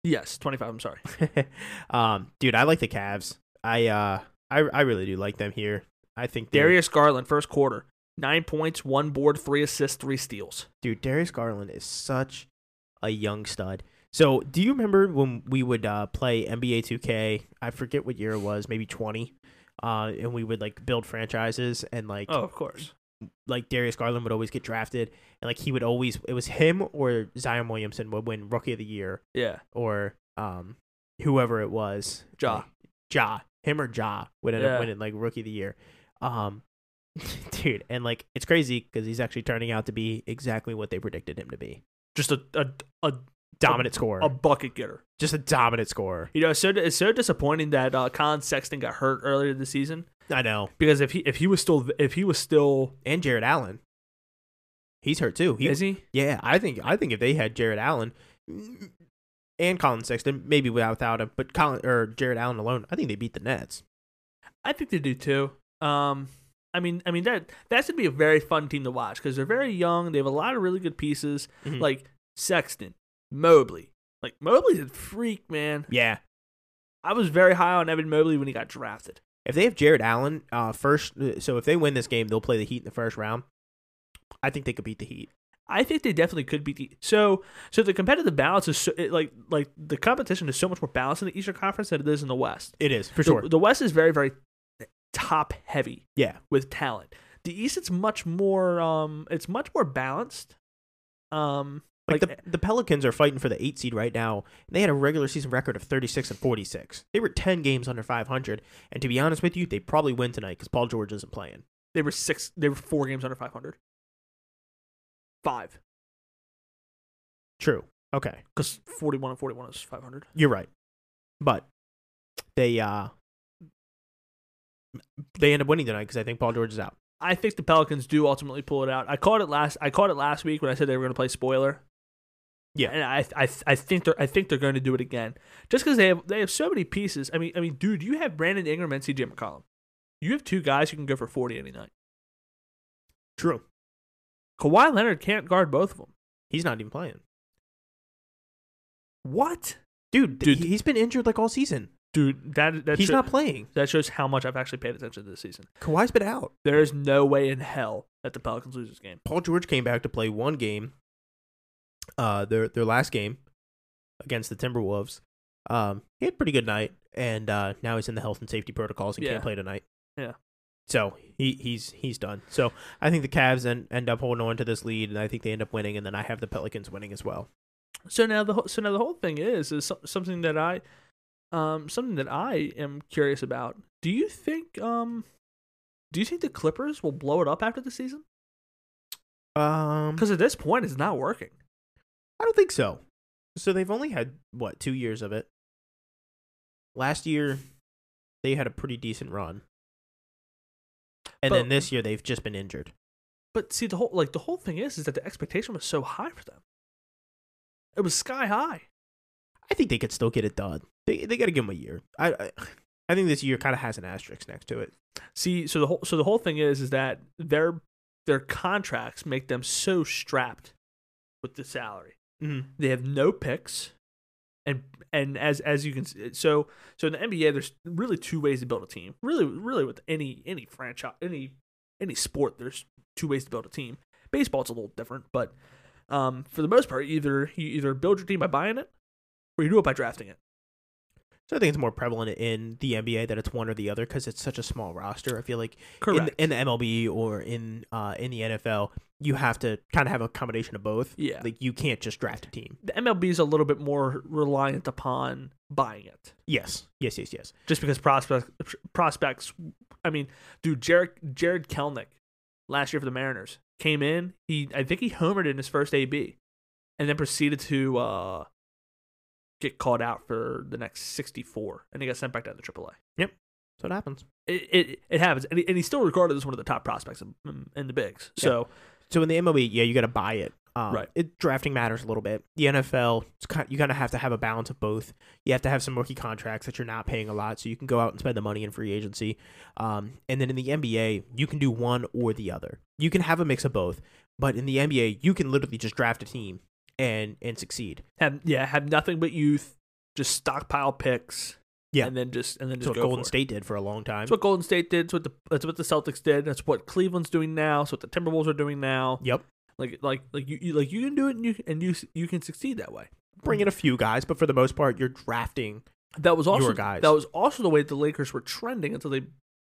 S1: Yes, 25. I'm sorry.
S2: [laughs] um, dude, I like the Cavs. I uh, I I really do like them here. I think
S1: [laughs]
S2: they're-
S1: Darius Garland, first quarter, nine points, one board, three assists, three steals.
S2: dude, Darius Garland is such a young stud. So, do you remember when we would uh, play NBA 2K? I forget what year it was, maybe 20. Uh, and we would like build franchises, and like
S1: Oh, of course.
S2: like Darius Garland would always get drafted, and like he would always it was him or Zion Williamson would win Rookie of the Year
S1: Yeah,
S2: or um whoever it was
S1: Ja.
S2: Ja, him or Ja would end
S1: Yeah.
S2: up winning like rookie of the year. Um, [laughs] dude, and like it's crazy because he's actually turning out to be exactly what they predicted him to be:
S1: just a a a,
S2: dominant scorer,
S1: a bucket getter.
S2: just a dominant scorer.
S1: You know, it's so it's so disappointing that uh, Colin Sexton got hurt earlier this season
S2: I know.
S1: because if he if he was still if he was still
S2: And Jared Allen, he's hurt too. He,
S1: is he
S2: yeah, I think I think if they had Jared Allen and Colin Sexton, maybe without without him, but Colin or Jared Allen alone, I think they beat the Nets.
S1: I think they do too. Um, I mean, I mean that that's gonna be a very fun team to watch because they're very young. They have a lot of really good pieces
S2: Mhm.
S1: like Sexton, Mobley. Like Mobley's a freak, man.
S2: Yeah,
S1: I was very high on Evan Mobley when he got drafted.
S2: if they have Jared Allen uh, first, so if they win this game, they'll play the Heat in the first round. I think they could beat the Heat.
S1: I think they definitely could be the so so the competitive balance is so, it, like like the competition is so much more balanced in the Eastern Conference than it is in the West.
S2: It is for
S1: The- the West is very eh, very top heavy
S2: yeah,
S1: with talent. The East it's much more um it's much more balanced. Um
S2: like, the the Pelicans are fighting for the eight seed right now. And they had a regular season record of thirty six and forty six. They were ten games under five hundred. And to be honest with you, they probably win tonight because Paul George isn't playing.
S1: they were six they were four games under 500. 5
S2: True. Okay,
S1: cuz 41 and 41 is 500.
S2: you're right, but they uh they end up winning tonight because I think Paul George is out.
S1: I think the Pelicans do ultimately pull it out. I caught it last. I caught it last week when I said they were going to play spoiler.
S2: Yeah.
S1: and I I I think they're I think they're going to do it again, just because they have they have so many pieces. I mean I mean, dude, you have Brandon Ingram and C.J. McCollum. You have two guys who can go for forty any night.
S2: True.
S1: Kawhi Leonard can't guard both of them.
S2: He's not even playing,
S1: What,
S2: dude.
S1: Dude.
S2: Dude, he's been injured like all season.
S1: dude? That that
S2: he's
S1: sho-
S2: not playing.
S1: that shows how much I've actually paid attention to this season.
S2: Kawhi's been out.
S1: There is no way in hell that the Pelicans lose this game.
S2: Paul George came back to play one game, uh, their their last game against the Timberwolves. Um, he had a pretty good night, and uh, now he's in the health and safety protocols and
S1: Yeah.
S2: can't play tonight.
S1: Yeah.
S2: So he, he's he's done. So I think the Cavs end, end up holding on to this lead, and I think they end up winning, and then I have the Pelicans winning as well.
S1: So now the whole, so now the whole thing is is so- something that I Um, something that I am curious about. Do you think um, do you think the Clippers will blow it up after the season?
S2: Um,
S1: Because at this point, it's not working.
S2: I don't think so. So they've only had what two years of it. Last year, they had a pretty decent run, and
S1: But-
S2: then this year they've just been injured.
S1: But see, the whole like the whole thing is is that the expectation was so high for them. It was sky high.
S2: I think they could still get it done. They they got to give them a year. I I, I think this year kind of has an asterisk next to it.
S1: See, so the whole so the whole thing is is that their their contracts make them so strapped with the salary.
S2: Mm-hmm.
S1: They have no picks, and and as as you can see, so so in the NBA, there's really two ways to build a team. Really, really with any any franchise, any any sport, there's two ways to build a team. Baseball's a little different, but um, for the most part, either you either build your team by buying it, or you do it by drafting it.
S2: So I think it's more prevalent in the NBA that it's one or the other because it's such a small roster. I feel like in,
S1: Correct.
S2: in the MLB or in uh, in the NFL, you have to kind of have a combination of both.
S1: yeah,
S2: Like you can't just draft a team.
S1: the MLB is a little bit more reliant upon buying it.
S2: Yes, yes, yes, yes.
S1: just because prospect, prospects. I mean, dude, Jared Jared Kelnick last year for the Mariners came in. He I think he homered in his first AB, and then proceeded to uh, get called out for the next sixty four, and he got sent back down to AAA.
S2: So it happens.
S1: It it, it happens, and, he, and he's still regarded as one of the top prospects in, in the bigs. So
S2: So in the MLB, yeah, you got to buy it. Um,
S1: Right.
S2: It, drafting matters a little bit. The NFL, it's kind, you kind of have to have a balance of both. You have to have some rookie contracts that you're not paying a lot, so you can go out and spend the money in free agency. Um, and then in the NBA, you can do one or the other. You can have a mix of both, but in the NBA, you can literally just draft a team and and succeed.
S1: have yeah have nothing but youth, just stockpile picks.
S2: Yeah.
S1: and then just and then
S2: That's
S1: just
S2: what
S1: go for
S2: Golden
S1: it.
S2: State did for a long time.
S1: That's what Golden State did. That's what the that's what the Celtics did. That's what Cleveland's doing now. That's what the Timberwolves are doing now.
S2: yep.
S1: Like like like you, you like you can do it and you and you you can succeed that way.
S2: Bring in a few guys, but for the most part, you're drafting.
S1: That was also
S2: Your guys.
S1: that was also the way the Lakers were trending until they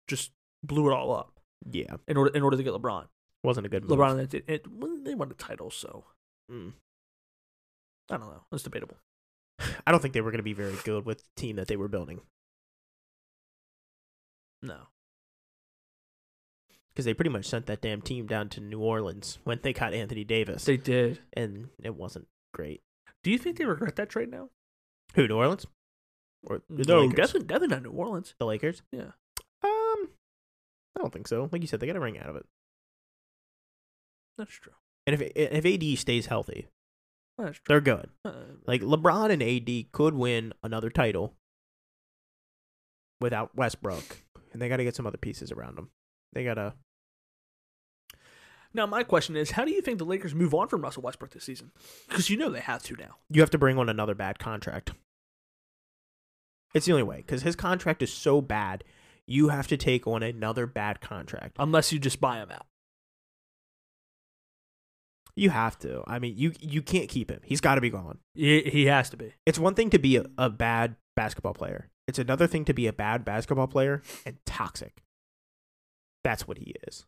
S1: just blew it all up
S2: Yeah,
S1: in order in order to get LeBron.
S2: wasn't a good move.
S1: LeBron it, it, well, they won the title, so
S2: Mm.
S1: I don't know. It's debatable.
S2: I don't think they were going to be very good with the team that they were building.
S1: No,
S2: because they pretty much sent that damn team down to New Orleans when they got Anthony Davis,
S1: they did.
S2: and it wasn't great.
S1: Do you think they regret that trade now?
S2: Who New Orleans? Or the
S1: no,
S2: Lakers?
S1: definitely definitely not New Orleans.
S2: the Lakers.
S1: Yeah.
S2: Um, I don't think so. Like you said, they got a ring out of it,
S1: That's true.
S2: and if if AD stays healthy,
S1: That's true.
S2: they're good.
S1: Uh,
S2: Like LeBron and AD could win another title without Westbrook, and they got to get some other pieces around them. They gotta.
S1: now, my question is, how do you think the Lakers move on from Russell Westbrook this season? Because you know they have to now.
S2: you have to bring on another bad contract. It's the only way because his contract is so bad. You have to take on another bad contract.
S1: Unless you just buy him out.
S2: You have to. I mean, you you can't keep him. He's got to be gone.
S1: He, he has to be.
S2: It's one thing to be a, a bad basketball player. It's another thing to be a bad basketball player and toxic. That's what he is.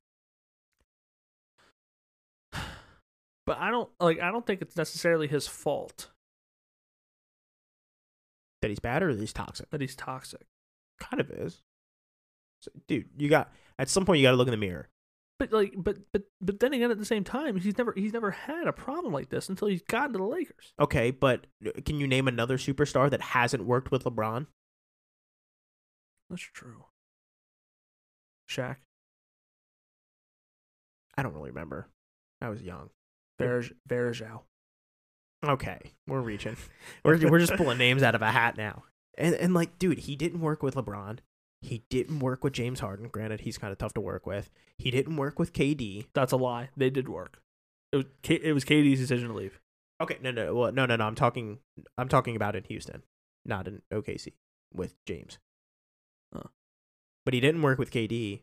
S1: But I don't like. I don't think it's necessarily his fault
S2: That he's bad or that he's toxic.
S1: that he's toxic.
S2: Kind of is. So, dude, you got at some point you got to look in the mirror.
S1: But like, but but but then again, at the same time, he's never he's never had a problem like this until he's gotten to the Lakers.
S2: Okay, but uh, can you name another superstar that hasn't worked with LeBron?
S1: That's true. Shaq,
S2: I don't really remember. I was young.
S1: Verj, Verjao.
S2: Okay, we're reaching. [laughs] we're we're just pulling names out of a hat now. And and like, dude, he didn't work with LeBron. He didn't work with James Harden. Granted, he's kind of tough to work with. He didn't work with KD.
S1: That's a lie. They did work. It was K, it was KD's decision to leave.
S2: Okay, no, no, well, no, no, no. I'm talking, I'm talking about in Houston, not in OKC with James.
S1: Huh.
S2: But he didn't work with KD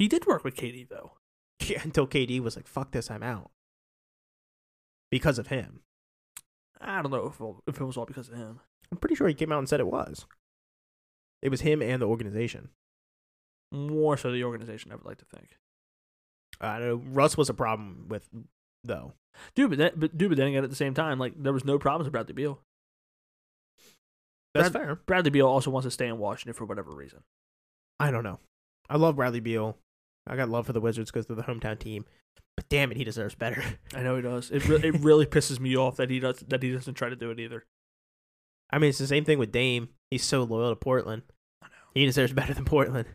S1: He did work with KD though.
S2: [laughs] until KD was like, "Fuck this, I'm out." Because of him,
S1: I don't know if if it was all because of him.
S2: I'm pretty sure he came out and said it was. It was him and the organization.
S1: More so, the organization. I would like to think.
S2: I know Russ was a problem with though.
S1: Dude, but, that, but dude, but then again, at the same time, like there was no problems with Bradley Beal.
S2: That's
S1: Brad-
S2: fair.
S1: Bradley Beal also wants to stay in Washington for whatever reason.
S2: I don't know. I love Bradley Beal. I got love for the Wizards because they're the hometown team. But damn it, he deserves better. [laughs]
S1: I know he does. It re- it really pisses me off that he does that he doesn't try to do it either.
S2: I mean, it's the same thing with Dame. He's so loyal to Portland.
S1: I know.
S2: He deserves better than Portland.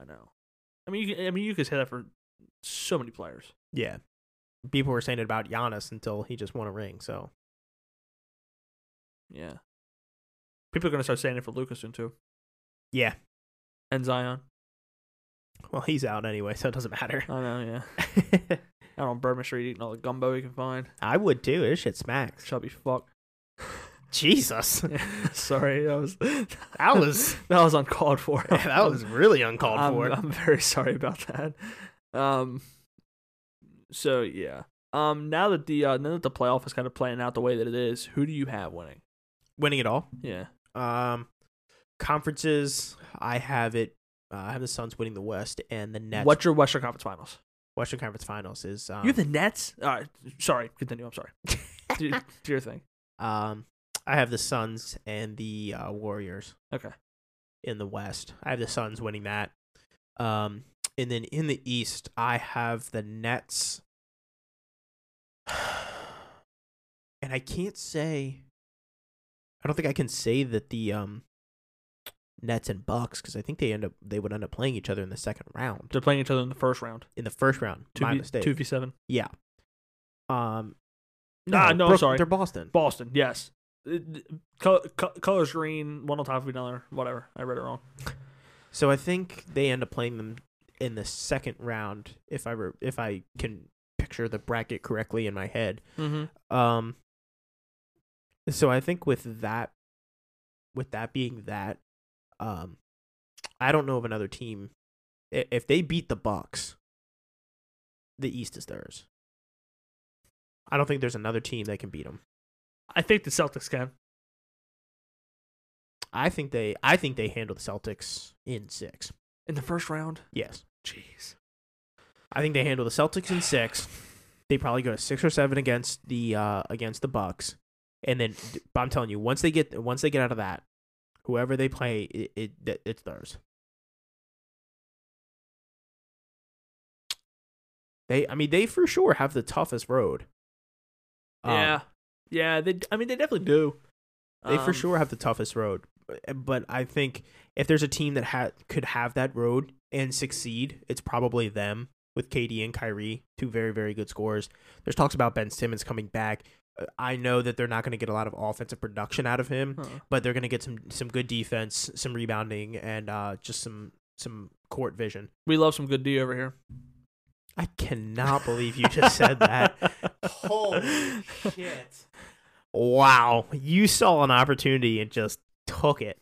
S1: I know. I mean, you, can- I mean, you could say that for so many players.
S2: Yeah. People were saying it about Giannis until he just won a ring. So
S1: Yeah. People are gonna start saying it for Lucas soon too,
S2: yeah.
S1: and Zion.
S2: Well, he's out anyway, so it doesn't matter.
S1: I know. Yeah. Out on Bourbon Street eating all the gumbo he can find.
S2: [laughs] I would too. This shit smacks.
S1: Chubby [laughs] fuck.
S2: Jesus,
S1: sorry, that was
S2: that [laughs] was
S1: that was uncalled [laughs] for.
S2: that was really uncalled
S1: I'm,
S2: for.
S1: I'm very [laughs] sorry about that. Um. So yeah. Um. Now that the uh, now that the playoff is kind of playing out the way that it is, who do you have winning?
S2: Winning it all.
S1: Yeah.
S2: Um, conferences. I have it. Uh, I have the Suns winning the West and the Nets.
S1: What's your Western Conference Finals?
S2: Western Conference Finals is? Um,
S1: you have the Nets. All right. Sorry. Continue. I'm
S2: [laughs]
S1: sorry. do, do your thing.
S2: um, I have the Suns and the uh, Warriors.
S1: Okay.
S2: In the West, I have the Suns winning that. Um, and then in the East, I have the Nets. [sighs] And I can't say. I don't think I can say that the um, Nets and Bucks because I think they end up they would end up playing each other in the second round
S1: They're playing each other in the first round.
S2: in the first round.
S1: Two
S2: my
S1: v
S2: mistake.
S1: two v seven.
S2: yeah. Um.
S1: Nah, Ah, no, I'm
S2: Brook-
S1: sorry.
S2: They're Boston.
S1: Boston. Yes. It- Co- co- colors green, one on top of another. Whatever. I read it wrong.
S2: So I think they end up playing them in the second round, if I re- if I can picture the bracket correctly in my head.
S1: Mm-hmm.
S2: Um. So I think with that, with that being that, um, I don't know of another team. i- If they beat the Bucks, the East is theirs. I don't think there's another team that can beat them.
S1: I think the Celtics can.
S2: I think they, I think they handle the Celtics in six.
S1: In the first round?
S2: Yes.
S1: Jeez.
S2: I think they handle the Celtics in six. They probably go to six or seven against the uh, against the Bucks, and then d- but I'm telling you, once they get once they get out of that, whoever they play, it, it that- it's theirs. They, I mean, they for sure have the toughest road. Um,
S1: yeah. Yeah, they I mean they definitely do.
S2: they for
S1: Um,
S2: sure have the toughest road. But- But I think if there's a team that ha- could have that road and succeed, it's probably them with KD and Kyrie, two very, very good scorers. There's talks about Ben Simmons coming back. Uh, I know that they're not going to get a lot of offensive production out of him,
S1: huh.
S2: but they're going to get some some good defense, some rebounding, and uh, just some some court vision.
S1: We love some good D over here.
S2: I cannot believe you just
S1: [laughs]
S2: said that. Holy shit! Wow, you saw an opportunity and just took it.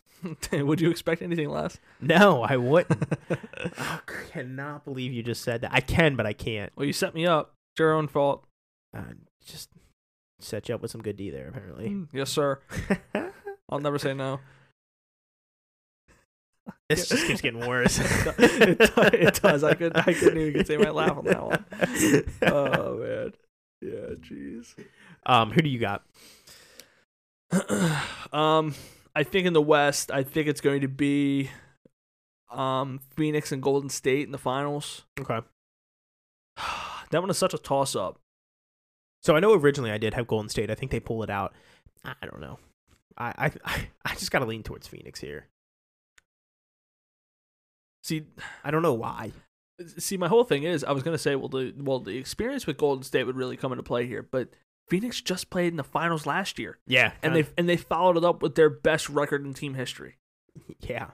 S1: Would you expect anything
S2: [laughs]
S1: less?
S2: No, I wouldn't. I cannot believe you just said that. I can, but I can't.
S1: Well, you set me up. It's your own fault.
S2: Uh, just set you up with some good D there, apparently.
S1: Yes, sir. I'll never say no.
S2: [laughs] this just keeps getting
S1: [laughs]
S2: worse.
S1: It does- it does. I couldn't- I couldn't even contain my laugh on that
S2: [laughs]
S1: one. Oh man. Yeah, jeez.
S2: um, who do you got?
S1: um, I think in the West, I think it's going to be um Phoenix and Golden State in the finals. [sighs]
S2: Okay.
S1: that one is such a toss up.
S2: So I know originally I did have Golden State. I think they pull it out. I I don't know. I I I just gotta lean towards Phoenix here.
S1: See,
S2: I don't know why.
S1: see, my whole thing is I was going to say, well, the well, the experience with Golden State would really come into play here, but Phoenix just played in the finals last year,
S2: Yeah, Um,
S1: and they and they followed it up with their best record in team history.
S2: yeah.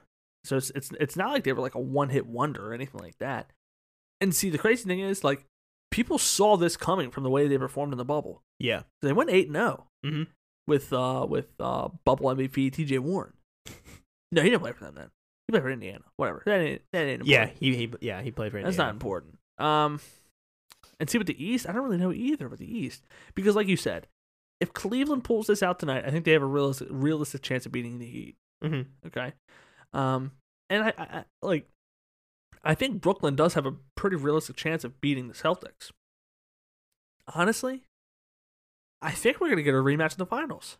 S1: So it's it's it's not like they were like a one hit wonder or anything like that. And see, the crazy thing is, like, people saw this coming from the way they performed in the bubble.
S2: Yeah.
S1: They went eight and zero
S2: Mhm.
S1: with uh with uh bubble MVP T.J.
S2: [laughs]
S1: Warren. no, he didn't play for them then. He played for Indiana. Whatever. That ain't that ain't
S2: Yeah,
S1: important.
S2: he, he yeah, he played for
S1: that's not
S2: Indiana.
S1: important. Um, and see with the East, I don't really know either with the East because, like you said, if Cleveland pulls this out tonight, I think they have a realistic realistic chance of beating the Heat.
S2: Mhm.
S1: Okay. Um, and I, I, I like, I think Brooklyn does have a pretty realistic chance of beating the Celtics. Honestly, I think we're gonna get a rematch in the finals.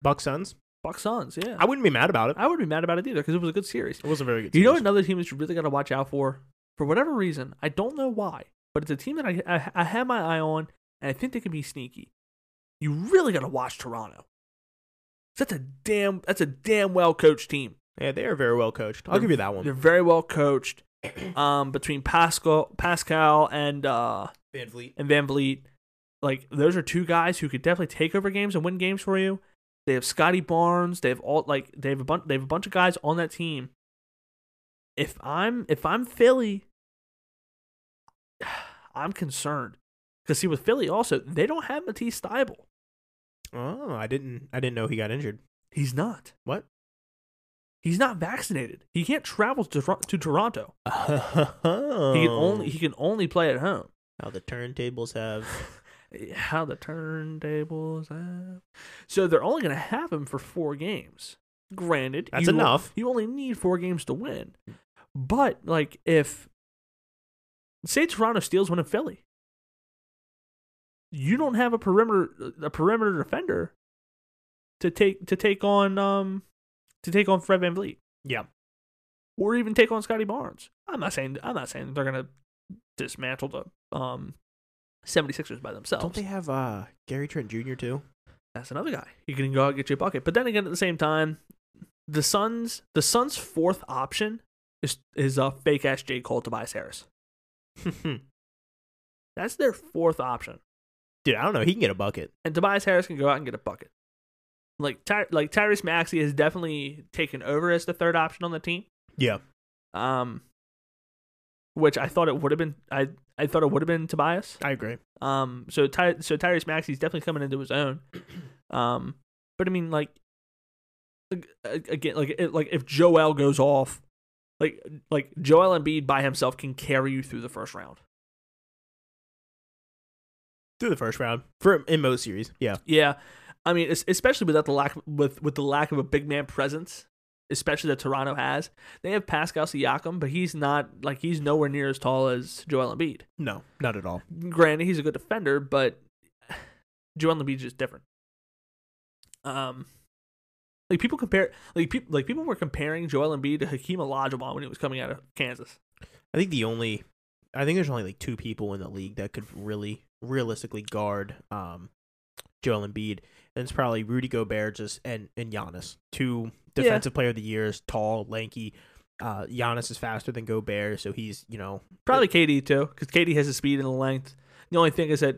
S2: Buck Suns?
S1: Buck Suns, yeah. I,
S2: I wouldn't be mad about it.
S1: would be mad about it either because it was a good series.
S2: It was a very good.
S1: You know
S2: series.
S1: another team that you really got to watch out for? For whatever reason, I don't know why, but it's a team that I, I, I have my eye on and I think they can be sneaky. You really got to watch Toronto. That's a damn that's a damn well coached team.
S2: Yeah, they are very well coached. I'll
S1: They're-
S2: give you that one.
S1: They're very well coached. [clears throat] Um, between Pascal Pascal and uh
S2: Van Vliet.
S1: and Van Vliet. Like those are two guys who could definitely take over games and win games for you. They have Scotty Barnes. They have all like they have a bunch. They have a bunch of guys on that team. If I'm if I'm Philly, [sighs] I'm concerned because see with Philly also they don't have Matisse Steibel.
S2: Oh, I didn't. I didn't know he got injured.
S1: He's not.
S2: [laughs] What?
S1: He's not vaccinated. He can't travel to, Tor- to Toronto.
S2: Oh.
S1: He can only he can only play at home.
S2: How the turntables have.
S1: how the turntables have. So they're only going to have him for four games. Granted,
S2: That's
S1: you-
S2: enough.
S1: You only need four games to win. But like, if say Toronto steals one in Philly, you don't have a perimeter a perimeter defender to take to take on um to take on Fred VanVleet
S2: [laughs] Yeah.
S1: or even take on Scotty Barnes. I'm not saying I'm not saying they're gonna dismantle the um 76ers by themselves.
S2: Don't they have uh Gary Trent Jr. [laughs] too?
S1: that's another guy. You can go out and get you a bucket. But then again, at the same time, the Suns, the Suns' fourth option is is a fake ass J Cole Tobias Harris. That's their fourth option,
S2: Dude, I don't know. He can get a bucket.
S1: and Tobias Harris can go out and get a bucket. Like Ty- like Tyrese Maxey has definitely taken over as the third option on the team.
S2: Yeah.
S1: Um, which I thought it would have been. I I thought it would have been Tobias.
S2: I agree.
S1: Um, so Ty- so Tyrese Maxey's definitely coming into his own. Um, but I mean, like ag- ag- again, like it, like if Joel goes off, like like Joel Embiid by himself can carry you through the first round.
S2: Through the first round for in most series. Yeah.
S1: Yeah, I mean, es- especially without the lack with with the lack of a big man presence, especially that Toronto has. They have Pascal Siakam, but he's not like he's nowhere near as tall as Joel Embiid.
S2: No, not at all.
S1: granted he's a good defender, but Joel Embiid's just different. Um, like people compare, like people, like people were comparing Joel Embiid to Hakeem Olajuwon when he was coming out of Kansas.
S2: I think the only, I think there's only like two people in the league that could really realistically guard um, Joel Embiid, and it's probably Rudy Gobert just and and Giannis, two
S1: Yeah.
S2: defensive player of the years, tall, lanky. Uh, Giannis is faster than Gobert, so he's you know,
S1: Probably KD too, because KD has the speed and the length. The only thing is that,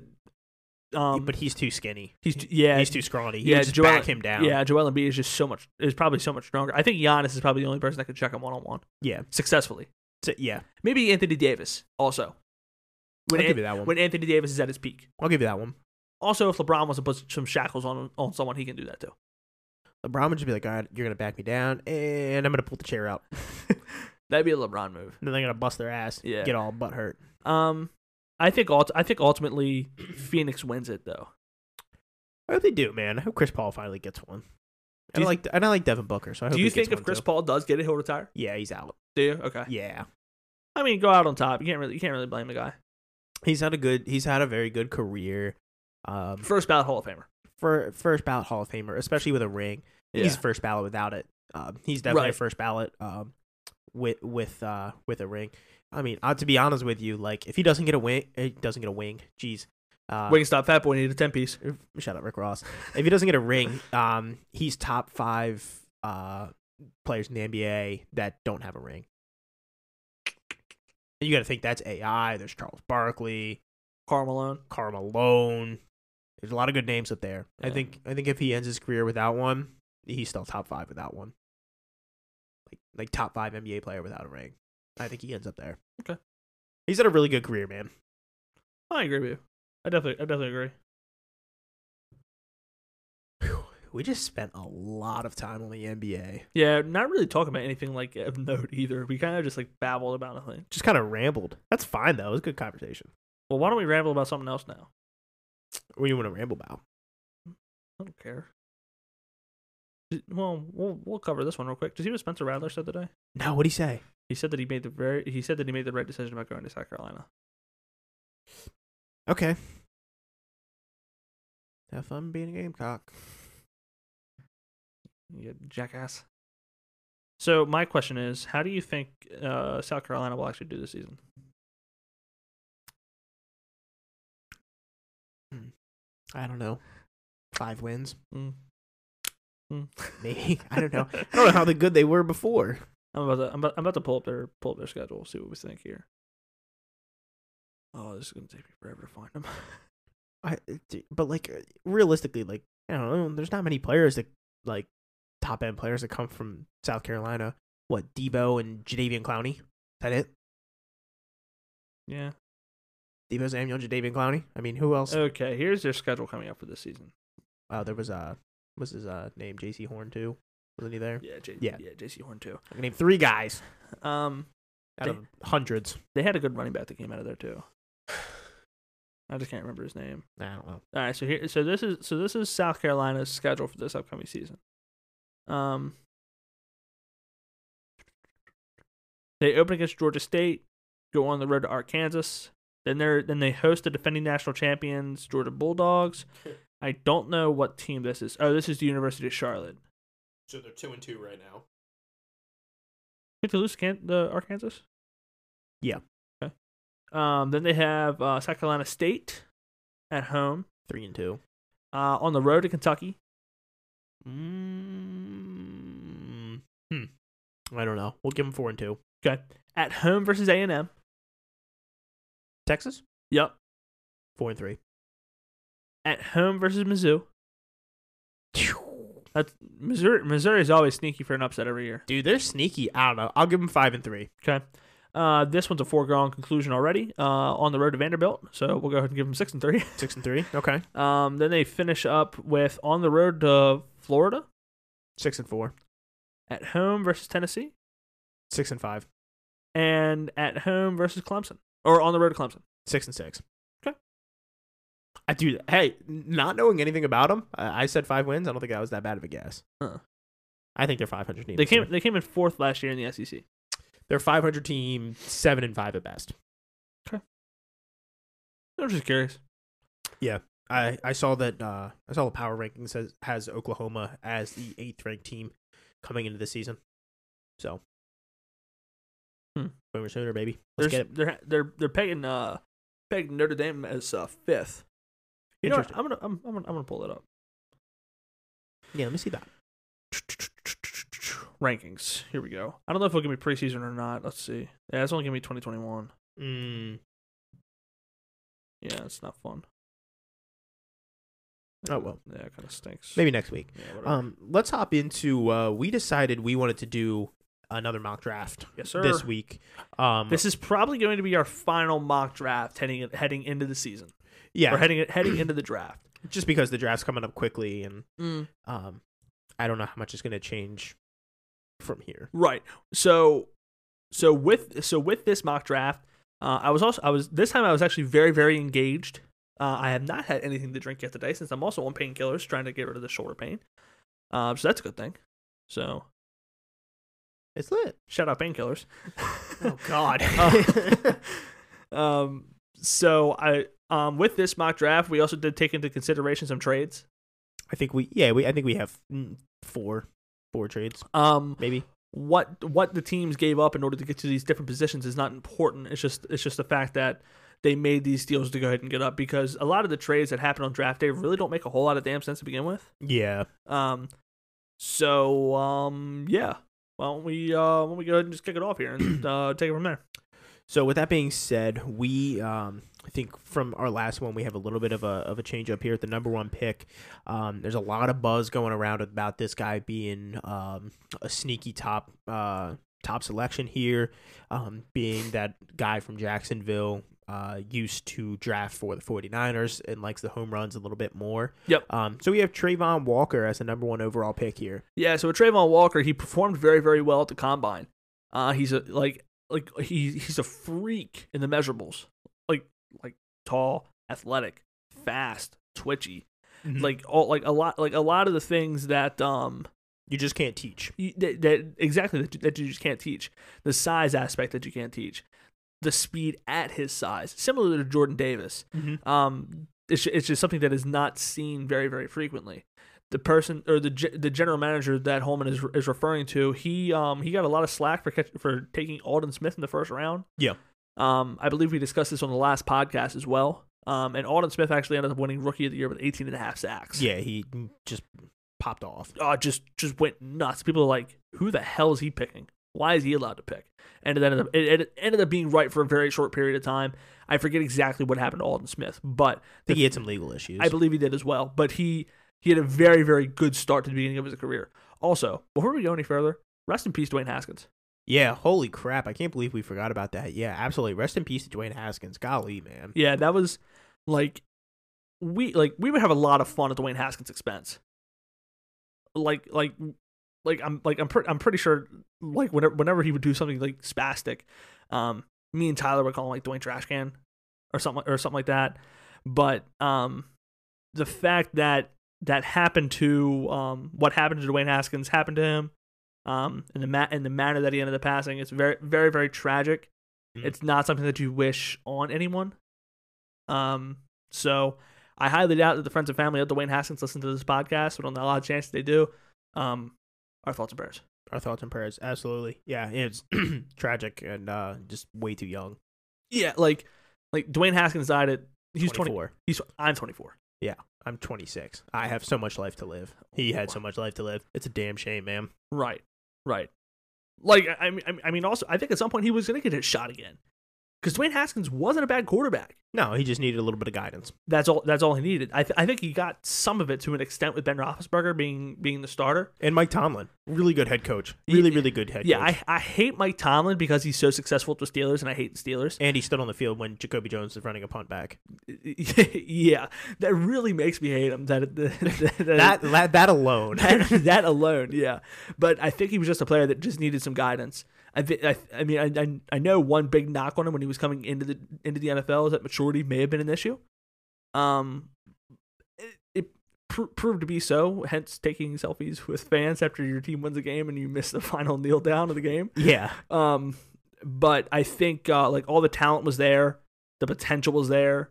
S1: um,
S2: but he's too skinny.
S1: he's t- yeah,
S2: he's too scrawny. He
S1: yeah,
S2: would just
S1: Joel-
S2: back him down.
S1: yeah. Joel Embiid is just so much is probably so much stronger. I think Giannis is probably the only person that could check him one on one
S2: yeah,
S1: successfully.
S2: So- yeah.
S1: Maybe Anthony Davis also. When
S2: I'll
S1: An-
S2: give you that one.
S1: when Anthony Davis is at his peak.
S2: I'll give you that one.
S1: Also, if LeBron wants to put some shackles on on someone, he can do that too.
S2: LeBron would just be like, "All right, you're gonna back me down, and I'm gonna pull the chair out,
S1: That'd be a LeBron move.
S2: and then I'm gonna bust their ass,
S1: Yeah.
S2: get all butt hurt."
S1: Um, I think ult- I think ultimately Phoenix wins it though.
S2: I hope Oh, they do, man. I hope Chris Paul finally gets one.
S1: Do
S2: And
S1: you-
S2: I like and I like Devin Booker, so I hope
S1: do you
S2: he gets
S1: think if
S2: one,
S1: Chris
S2: too.
S1: Paul does get it, he'll retire?
S2: Yeah, he's out.
S1: Do you? Okay.
S2: Yeah,
S1: I mean, go out on top. You can't really you can't really blame the guy.
S2: he's had a good. He's had a very good career. Um,
S1: First ballot Hall of Famer.
S2: for first ballot Hall of Famer, especially with a ring. He's first ballot without it. Um, he's definitely
S1: Right.
S2: first ballot. Um, with with uh with a ring. I mean, uh, to be honest with you, like if he doesn't get a wing, he doesn't get a wing. Jeez. Uh,
S1: Wing stop Fat Boy needed a ten piece.
S2: Shout out Rick Ross. If he doesn't get a ring, um, he's top five uh players in the NBA that don't have a ring. And you got to think that's AI. There's Charles Barkley,
S1: Karl Malone.
S2: Karl Malone. There's a lot of good names up there. I
S1: Yeah.
S2: think I think if he ends his career without one, he's still top five without one. Like like top five NBA player without a ring. I think he ends up there.
S1: Okay.
S2: He's had a really good career, man.
S1: I agree with you. I definitely I definitely agree.
S2: Whew. We just spent a lot of time on the NBA.
S1: Yeah, not really talking about anything like of note either. We kind of just like babbled about nothing.
S2: just kind of rambled. That's fine though. It was a good conversation.
S1: Well, why don't we ramble about something else now?
S2: What do you want to ramble about?
S1: I don't care. Did- Well, we'll we'll cover this one real quick. Did you see what Spencer Rattler said today?
S2: No, what do you say?
S1: He said that he made the very he said that he made the right decision about going to South Carolina.
S2: Okay. Have fun being a gamecock.
S1: You jackass. So my question is, how do you think uh, South Carolina will actually do this season?
S2: I don't know. Five [laughs] wins,
S1: Mm. Mm.
S2: [laughs] maybe.
S1: [laughs]
S2: I don't know. I don't know how the good they were before.
S1: I'm about to I'm about, I'm about to pull up their pull up their schedule, see what we think here. Oh, this is gonna take me forever to find them.
S2: I, d- but like uh, realistically, like I don't know. There's not many players that like top end players that come from South Carolina. What Debo and Jadavian Clowney? Is that it?
S1: [laughs] yeah.
S2: Debo Samuel, Jadavian Clowney. I mean, who else?
S1: Okay, here's their schedule coming up for this season.
S2: Wow, there was uh, was his uh name J.C. Horn too? Wasn't he there?
S1: Yeah, J- yeah,
S2: Yeah.
S1: yeah, JC Horn too.
S2: I can name three guys
S1: Um,
S2: out of hundreds.
S1: they had a good running back that came out of there too. I just can't remember his name.
S2: I don't know.
S1: All right, so here, so this is so this is South Carolina's schedule for this upcoming season. Um, they open against Georgia State, go on the road to Arkansas. Then they're then they host the defending national champions Georgia Bulldogs. I don't know what team this is. Oh, this is the University of Charlotte.
S2: So they're two and two right now.
S1: Did they lose to Can- the Arkansas?
S2: Yeah.
S1: Okay. Um, then they have uh, South Carolina State at home.
S2: Three and two.
S1: Uh, on the road to Kentucky.
S2: Mm, hmm. I don't know. We'll give them four and two.
S1: Okay. At home versus A and M.
S2: Texas
S1: Yep.
S2: four and three.
S1: At home versus Mizzou. That's Missouri. Missouri is always sneaky for an upset every year.
S2: Dude, they're sneaky. I don't know. I'll give them five and three.
S1: Okay. Uh, this one's a foregone conclusion already. Uh, on the road to Vanderbilt, so we'll go ahead and give them six and three. [laughs]
S2: Six and three. Okay.
S1: Um, then they finish up with on the road to Florida,
S2: Six and four.
S1: at home versus Tennessee,
S2: Six and five.
S1: and at home versus Clemson, or on the road to Clemson.
S2: Six and six.
S1: Okay.
S2: I do. Hey, not knowing anything about them, I I said five wins. I don't think that was that bad of a guess.
S1: Huh.
S2: I think they're five hundred team.
S1: They
S2: this
S1: came.
S2: year.
S1: They came in fourth last year in the E SEC.
S2: They're five hundred team, seven and five at best.
S1: I'm just curious.
S2: I, I saw that uh, I saw the power rankings has, has Oklahoma as the eighth ranked team coming into this season. So,
S1: Hmm.
S2: Boomer Sooner, baby.
S1: There's-
S2: Let's get it.
S1: They're they're they're pegging uh pegging Notre Dame as uh, fifth. You know what?
S2: Interesting.
S1: I'm gonna I'm, I'm gonna I'm gonna pull it up.
S2: yeah, let me see that.
S1: Rankings. Here we go. I don't know if it'll give me preseason or not. Let's see. Yeah, it's only giving me 2021. Hmm.
S2: Mm.
S1: Yeah, it's not fun.
S2: Oh, well.
S1: Yeah, it kind of stinks.
S2: Maybe next week.
S1: Yeah, whatever.
S2: Um, let's hop into. Uh, we decided we wanted to do another mock draft
S1: yes, sir.
S2: this week. Um,
S1: This is probably going to be our final mock draft heading heading into the season.
S2: yeah,
S1: Or heading heading into the draft.
S2: just because the draft's coming up quickly, and
S1: Mm.
S2: um, I don't know how much is going to change from here.
S1: Right. So, so with so with this mock draft, uh, I was also I was this time I was actually very very engaged. Uh, I have not had anything to drink yet today since I'm also on painkillers trying to get rid of the shoulder pain. Uh, so that's a good thing. So
S2: It's lit.
S1: shout out painkillers.
S2: Oh God.
S1: [laughs] Uh, um. So I um with this mock draft, we also did take into consideration some trades.
S2: I think we yeah we I think we have mm, four four trades
S1: Um,
S2: maybe.
S1: what what the teams gave up in order to get to these different positions is not important. It's just it's just the fact that they made these deals to go ahead and get up because a lot of the trades that happen on draft day really don't make a whole lot of damn sense to begin with.
S2: Yeah.
S1: Um, so um, yeah. Why don't we uh, why don't we go ahead and just kick it off here and [clears throat] uh, take it from there?
S2: So with that being said, we um, I think from our last one we have a little bit of a of a change up here at the number one pick. Um, there's a lot of buzz going around about this guy being um, a sneaky top uh, top selection here, um, being that guy from Jacksonville. Uh, used to draft for the 49ers and likes the home runs a little bit more.
S1: Yep.
S2: Um, so we have Trayvon Walker as the number one overall pick here.
S1: Yeah, so with Trayvon Walker, he performed very, very well at the combine. Uh, he's a like like he he's a freak in the measurables. Like like tall, athletic, fast, twitchy.
S2: Mhm.
S1: Like all like a lot like a lot of the things that um
S2: You just can't teach.
S1: you, that, that exactly that you, that you just can't teach. The size aspect that you can't teach. The speed at his size, similar to Jordan Davis.
S2: Mm-hmm.
S1: Um, it's, ju- it's just something that is not seen very, very frequently. the person or the ge- the general manager that Holman is is referring to, he um he got a lot of slack for catch, for taking Alden Smith in the first round.
S2: Yeah.
S1: Um, I believe we discussed this on the last podcast as well. Um, and Alden Smith actually ended up winning Rookie of the Year with 18 and a half sacks.
S2: Yeah, he just popped off.
S1: Oh, just just went nuts. People are like, who the hell is he picking? Why is he allowed to pick? And it ended up it, it ended up being right for a very short period of time. I forget exactly what happened to Alden Smith, but
S2: I think he had some legal issues.
S1: I believe he did as well. But he he had a very very good start to the beginning of his career. Also, before we go any further, rest in peace, Dwayne Haskins.
S2: yeah, holy crap. I can't believe we forgot about that. Yeah, absolutely. Rest in peace to Dwayne Haskins. Golly, man.
S1: Yeah, that was like we like we would have a lot of fun at Dwayne Haskins' expense. Like like like I'm like I'm pre- I'm pretty sure like whenever whenever he would do something like spastic, um, me and Tyler would call him like Dwayne Trashcan or something or something like that. But um, the fact that that happened to um what happened to Dwayne Haskins happened to him, um, and the ma- and the manner that he ended up passing, it's very very very tragic.
S2: Mhm.
S1: It's not something that you wish on anyone. Um, so I highly doubt that the friends and family of Dwayne Haskins listen to this podcast, but on the odd chance they do, um, our thoughts and prayers.
S2: Our thoughts and prayers. Absolutely. Yeah, it's [clears throat] tragic and uh, just way too young.
S1: Yeah, like like Dwayne Haskins died at he's twenty.
S2: 24.
S1: He's I'm twenty four.
S2: I'm 26. I have so much life to live. He had so much life to live. It's a damn shame, man.
S1: Right, right. Like I I mean, I mean- I mean, also I think at some point he was gonna get his shot again, because Dwayne Haskins wasn't a bad quarterback.
S2: No, he just needed a little bit of guidance.
S1: That's all. That's all he needed. I, th- I think he got some of it to an extent with Ben Roethlisberger being being the starter.
S2: And Mike Tomlin, really good head coach. Really, really good head
S1: Yeah,
S2: coach.
S1: I, I hate Mike Tomlin because he's so successful with the Steelers, and I hate the Steelers.
S2: and he stood on the field when Jacoby Jones was running a punt back.
S1: yeah, that really makes me hate him. That that
S2: That that, that
S1: [laughs]
S2: alone.
S1: that, that alone, yeah. But I think he was just a player that just needed some guidance. I thi- I, I mean, I, I I know one big knock on him when he was coming into the into the NFL is that maturity may have been an issue. Um, it, it pr- proved to be so. Hence, taking selfies with fans after your team wins a game and you miss the [laughs] final kneel down of the game.
S2: yeah.
S1: Um, but I think uh, like all the talent was there, the potential was there,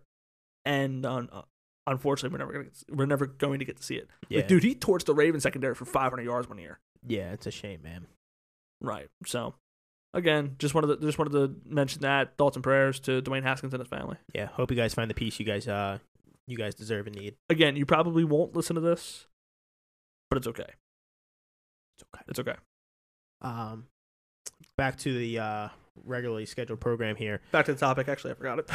S1: and um, uh, unfortunately, we're never gonna get, we're never going to get to see it.
S2: Yeah.
S1: Like, dude, he torched the Ravens secondary for 500 yards one year.
S2: Yeah, it's a shame, man.
S1: Right. So, again, just wanted to, just wanted to mention that thoughts and prayers to Dwayne Haskins and his family.
S2: Yeah. Hope you guys find the peace you guys uh you guys deserve and need.
S1: Again, you probably won't listen to this, but it's okay.
S2: It's okay.
S1: It's okay.
S2: Um back to the uh regularly scheduled program here.
S1: Back to the topic. Actually, I forgot it.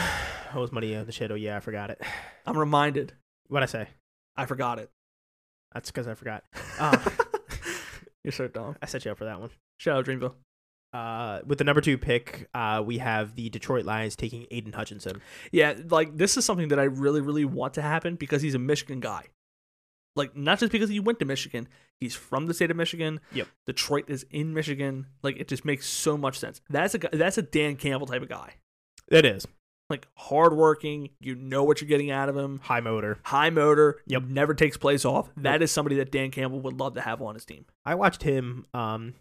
S2: What was money in the shadow? Yeah, I forgot it.
S1: I'm reminded.
S2: What'd I say?
S1: I forgot it.
S2: That's because I forgot. Uh,
S1: Ah. [laughs] You're so dumb.
S2: I set you up for that one.
S1: Shout out Dreamville.
S2: Uh, with the number two pick, uh, we have the Detroit Lions taking Aiden Hutchinson.
S1: Yeah, like this is something that I really, really want to happen because he's a Michigan guy. Like not just because he went to Michigan, he's from the state of Michigan.
S2: Yep.
S1: Detroit is in Michigan. Like it just makes so much sense. That's a guy, that's a Dan Campbell type of guy.
S2: It is
S1: Like hardworking, you know what you're getting out of him.
S2: high motor.
S1: High motor.
S2: Yep.
S1: Never takes plays off. That is somebody that Dan Campbell would love to have on his team.
S2: I watched him um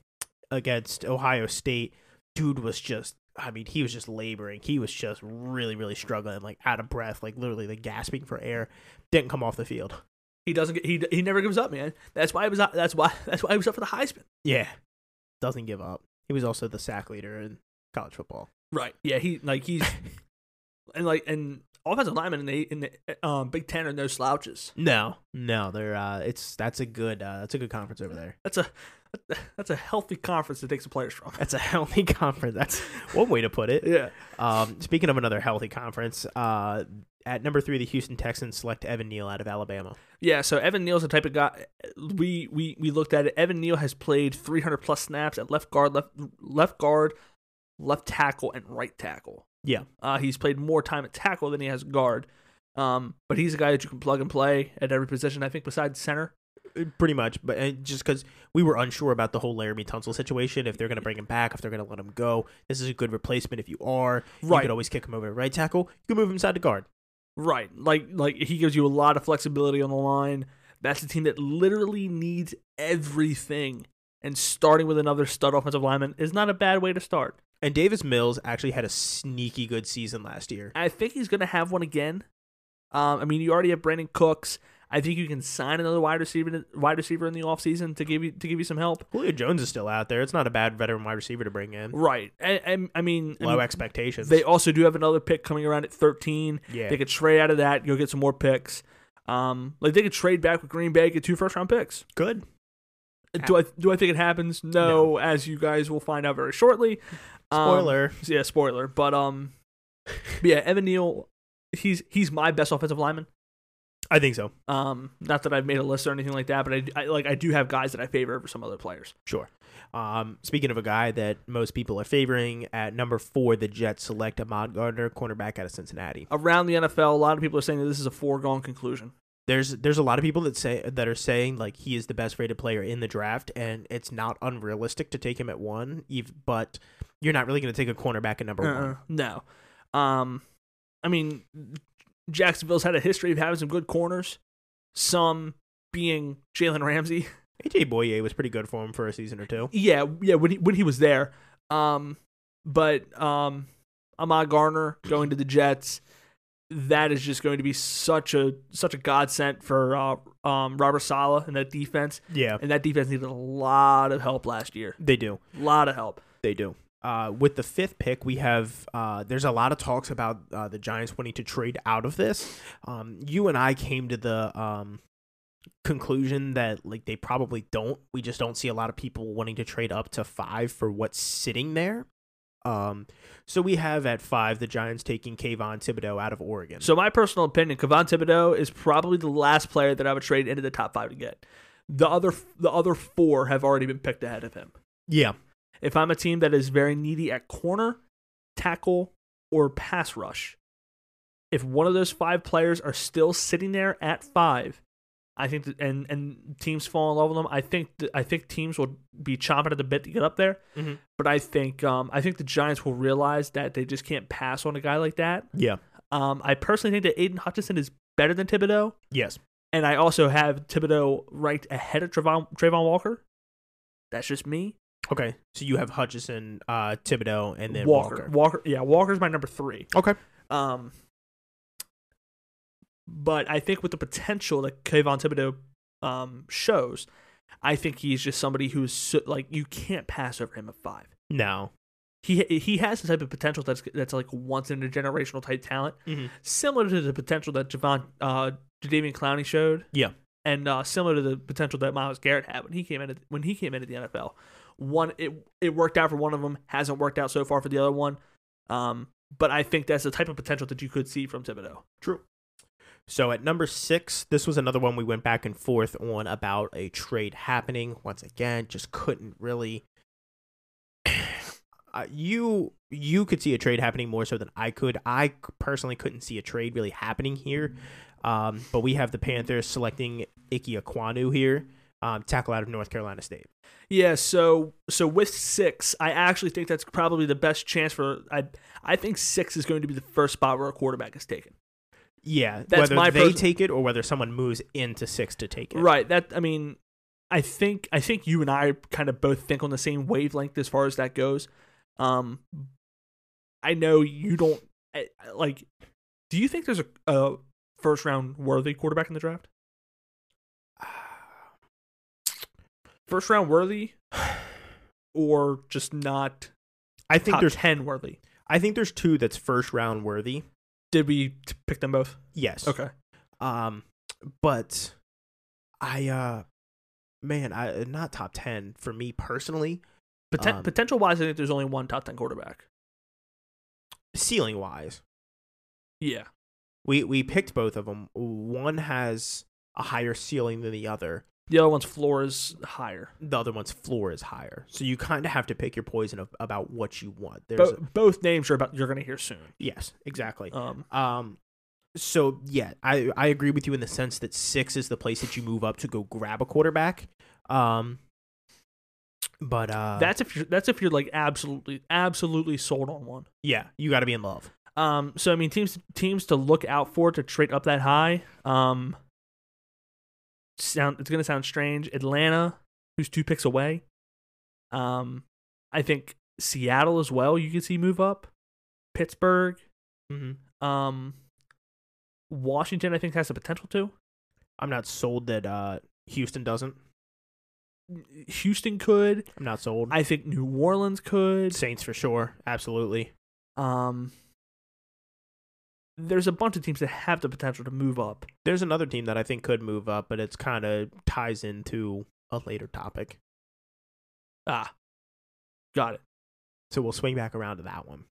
S2: against Ohio State. Dude was just I mean, he was just laboring. He was just really, really struggling, like out of breath, like literally like gasping for air. Didn't come off the field.
S1: He doesn't. Get, he he never gives up, man. That's why he was. up- That's why [laughs] that's why he was up for the Heisman.
S2: Yeah. Doesn't give up. He was also the sack leader in college football.
S1: Right. Yeah. He like he's and like and offensive linemen in the in the um, Big Ten are no slouches.
S2: No. No, they're uh it's that's a good uh that's a good conference over there.
S1: That's a that's a healthy conference that takes the players from.
S2: That's a [laughs] healthy conference. That's one way to put it.
S1: Yeah.
S2: Um, speaking of another healthy conference, uh, at number three, the Houston Texans select Evan Neal out of Alabama.
S1: Yeah. So Evan Neal's the type of guy we we we looked at it. Evan Neal has played 300 plus snaps at left guard, left left guard, left tackle, and right tackle.
S2: Yeah.
S1: Uh, he's played more time at tackle than he has guard. Um, but he's a guy that you can plug and play at every position. I think besides center.
S2: Pretty much, but uh, just because we were unsure about the whole Laramie Tunsil situation, if they're going to bring him back, if they're going to let him go, this is a good replacement. If you are, you
S1: Right.
S2: could always kick him over to right tackle. You can move him side to guard.
S1: Right. Like like he gives you a lot of flexibility on the line. That's a team that literally needs everything. And starting with another stud offensive lineman is not a bad way to start.
S2: And Davis Mills actually had a sneaky good season last year.
S1: I think he's going to have one again. Um, I mean, you already have Brandon Cooks. I think you can sign another wide receiver wide receiver in the offseason to give you to give you some help.
S2: Julio Jones is still out there. It's not a bad veteran wide receiver to bring in.
S1: Right. And, and I mean, I
S2: Low
S1: mean,
S2: expectations.
S1: they also do have another pick coming around at 13.
S2: yeah.
S1: They could trade out of that, go get some more picks. Um, like they could trade back with Green Bay, get two first round picks.
S2: good.
S1: Do I do I think it happens? No, as you guys will find out very shortly. Um,
S2: Spoiler.
S1: yeah, spoiler. But um, but yeah, Evan Neal, he's he's my best offensive lineman.
S2: I think so.
S1: Um, not that I've made a list or anything like that, but I, I like I do have guys that I favor over some other players.
S2: Sure. Um, speaking of a guy that most people are favoring at number four, the Jets select Ahmad Gardner, cornerback out of Cincinnati.
S1: Around the NFL, a lot of people are saying that this is a foregone conclusion.
S2: There's there's a lot of people that say that are saying like he is the best rated player in the draft, and it's not unrealistic to take him at one. Eve, but you're not really going to take a cornerback at number
S1: Uh-uh.
S2: one.
S1: No. Um, I mean, Jacksonville's had a history of having some good corners, some being Jalen Ramsey.
S2: AJ Boye was pretty good for him for a season or two.
S1: Yeah, yeah, when he when he was there. Um, but um, Ahmad Garner going to the Jets, that is just going to be such a such a godsend for uh, um Robert Sala and that defense.
S2: Yeah,
S1: And that defense needed a lot of help last year.
S2: they do.
S1: A lot of help.
S2: They do. Uh, with the fifth pick, we have uh, there's a lot of talks about uh, the Giants wanting to trade out of this. Um, you and I came to the um, conclusion that like they probably don't. We just don't see a lot of people wanting to trade up to five for what's sitting there. Um, so we have at five the Giants taking Kayvon Thibodeau out of Oregon.
S1: So my personal opinion, Kevon Thibodeau is probably the last player that I would trade into the top five to get. The other the other four have already been picked ahead of him.
S2: yeah,
S1: If I'm a team that is very needy at corner, tackle, or pass rush, if one of those five players are still sitting there at five, I think that, and and teams fall in love with them. I think th- I think teams will be chomping at the bit to get up there.
S2: Mhm.
S1: But I think um, I think the Giants will realize that they just can't pass on a guy like that.
S2: yeah,
S1: Um, I personally think that Aiden Hutchinson is better than Thibodeau,
S2: yes.
S1: and I also have Thibodeau ranked ahead of Trayvon, Trayvon Walker. That's just me.
S2: Okay, so you have Hutchison, uh, Thibodeau, and then
S1: Walker.
S2: Walker.
S1: Walker. Yeah, Walker's my number three.
S2: Okay,
S1: Um, but I think with the potential that Kayvon Thibodeau um, shows, I think he's just somebody who's so, like you can't pass over him at five.
S2: no,
S1: He he has the type of potential that's that's like once in a generational type talent,
S2: Mhm.
S1: similar to the potential that Javon uh, Jadavian Clowney showed.
S2: Yeah.
S1: and uh, similar to the potential that Miles Garrett had when he came into when he came into the NFL. One it it worked out for one of them, hasn't worked out so far for the other one. Um, but I think that's the type of potential that you could see from Thibodeau.
S2: True. So at number six, this was another one we went back and forth on about a trade happening. Once again, just couldn't really. [sighs] Uh, you you could see a trade happening more so than I could. I c- personally couldn't see a trade really happening here.
S1: Mm-hmm.
S2: Um, but we have the Panthers selecting Ike Aquanu here, um, tackle out of North Carolina State.
S1: Yeah, so so with six, I actually think that's probably the best chance for I I think six is going to be the first spot where a quarterback is taken.
S2: Yeah,
S1: That's
S2: whether
S1: my
S2: they
S1: pers-
S2: take it or whether someone moves into six to take it.
S1: Right. That I mean, I think I think you and I kind of both think on the same wavelength as far as that goes. Um, I know you don't I, I- like. Do you think there's a, a first round worthy quarterback in the draft? First round
S2: [sighs]
S1: worthy, or just not
S2: I think
S1: top
S2: there's
S1: ten worthy?
S2: I think there's two that's first round worthy.
S1: Did we t- pick them both?
S2: Yes.
S1: Okay.
S2: Um, but I, uh, man, I uh, not top ten for me personally,
S1: Poten-
S2: Um,
S1: potential wise, I think there's only one top ten quarterback.
S2: ceiling wise.
S1: Yeah.
S2: We we picked both of them. One has a higher ceiling than the other.
S1: The other one's floor is higher.
S2: The other one's floor is higher. So you kind of have to pick your poison of, about what you want. There's
S1: Bo- both names are about you're going to hear soon.
S2: yes, exactly.
S1: Um,
S2: Um, so yeah, I I agree with you in the sense that six is the place that you move up to go grab a quarterback. Um, but uh,
S1: that's if you're that's if you're like absolutely absolutely sold on one.
S2: yeah, you got to be in love.
S1: Um, so I mean teams teams to look out for to trade up that high. Um, sound it's gonna sound strange. Atlanta, who's two picks away. Um, I think Seattle as well. You can see move up. Pittsburgh,
S2: Mm-hmm.
S1: um, Washington. I think has the potential to.
S2: I'm not sold that uh, Houston doesn't.
S1: Houston could.
S2: I'm not sold.
S1: I think New Orleans could.
S2: Saints for sure, absolutely.
S1: Um, there's a bunch of teams that have the potential to move up.
S2: There's another team that I think could move up, but it's kind of ties into a later topic,
S1: Ah, got it.
S2: so we'll swing back around to that one.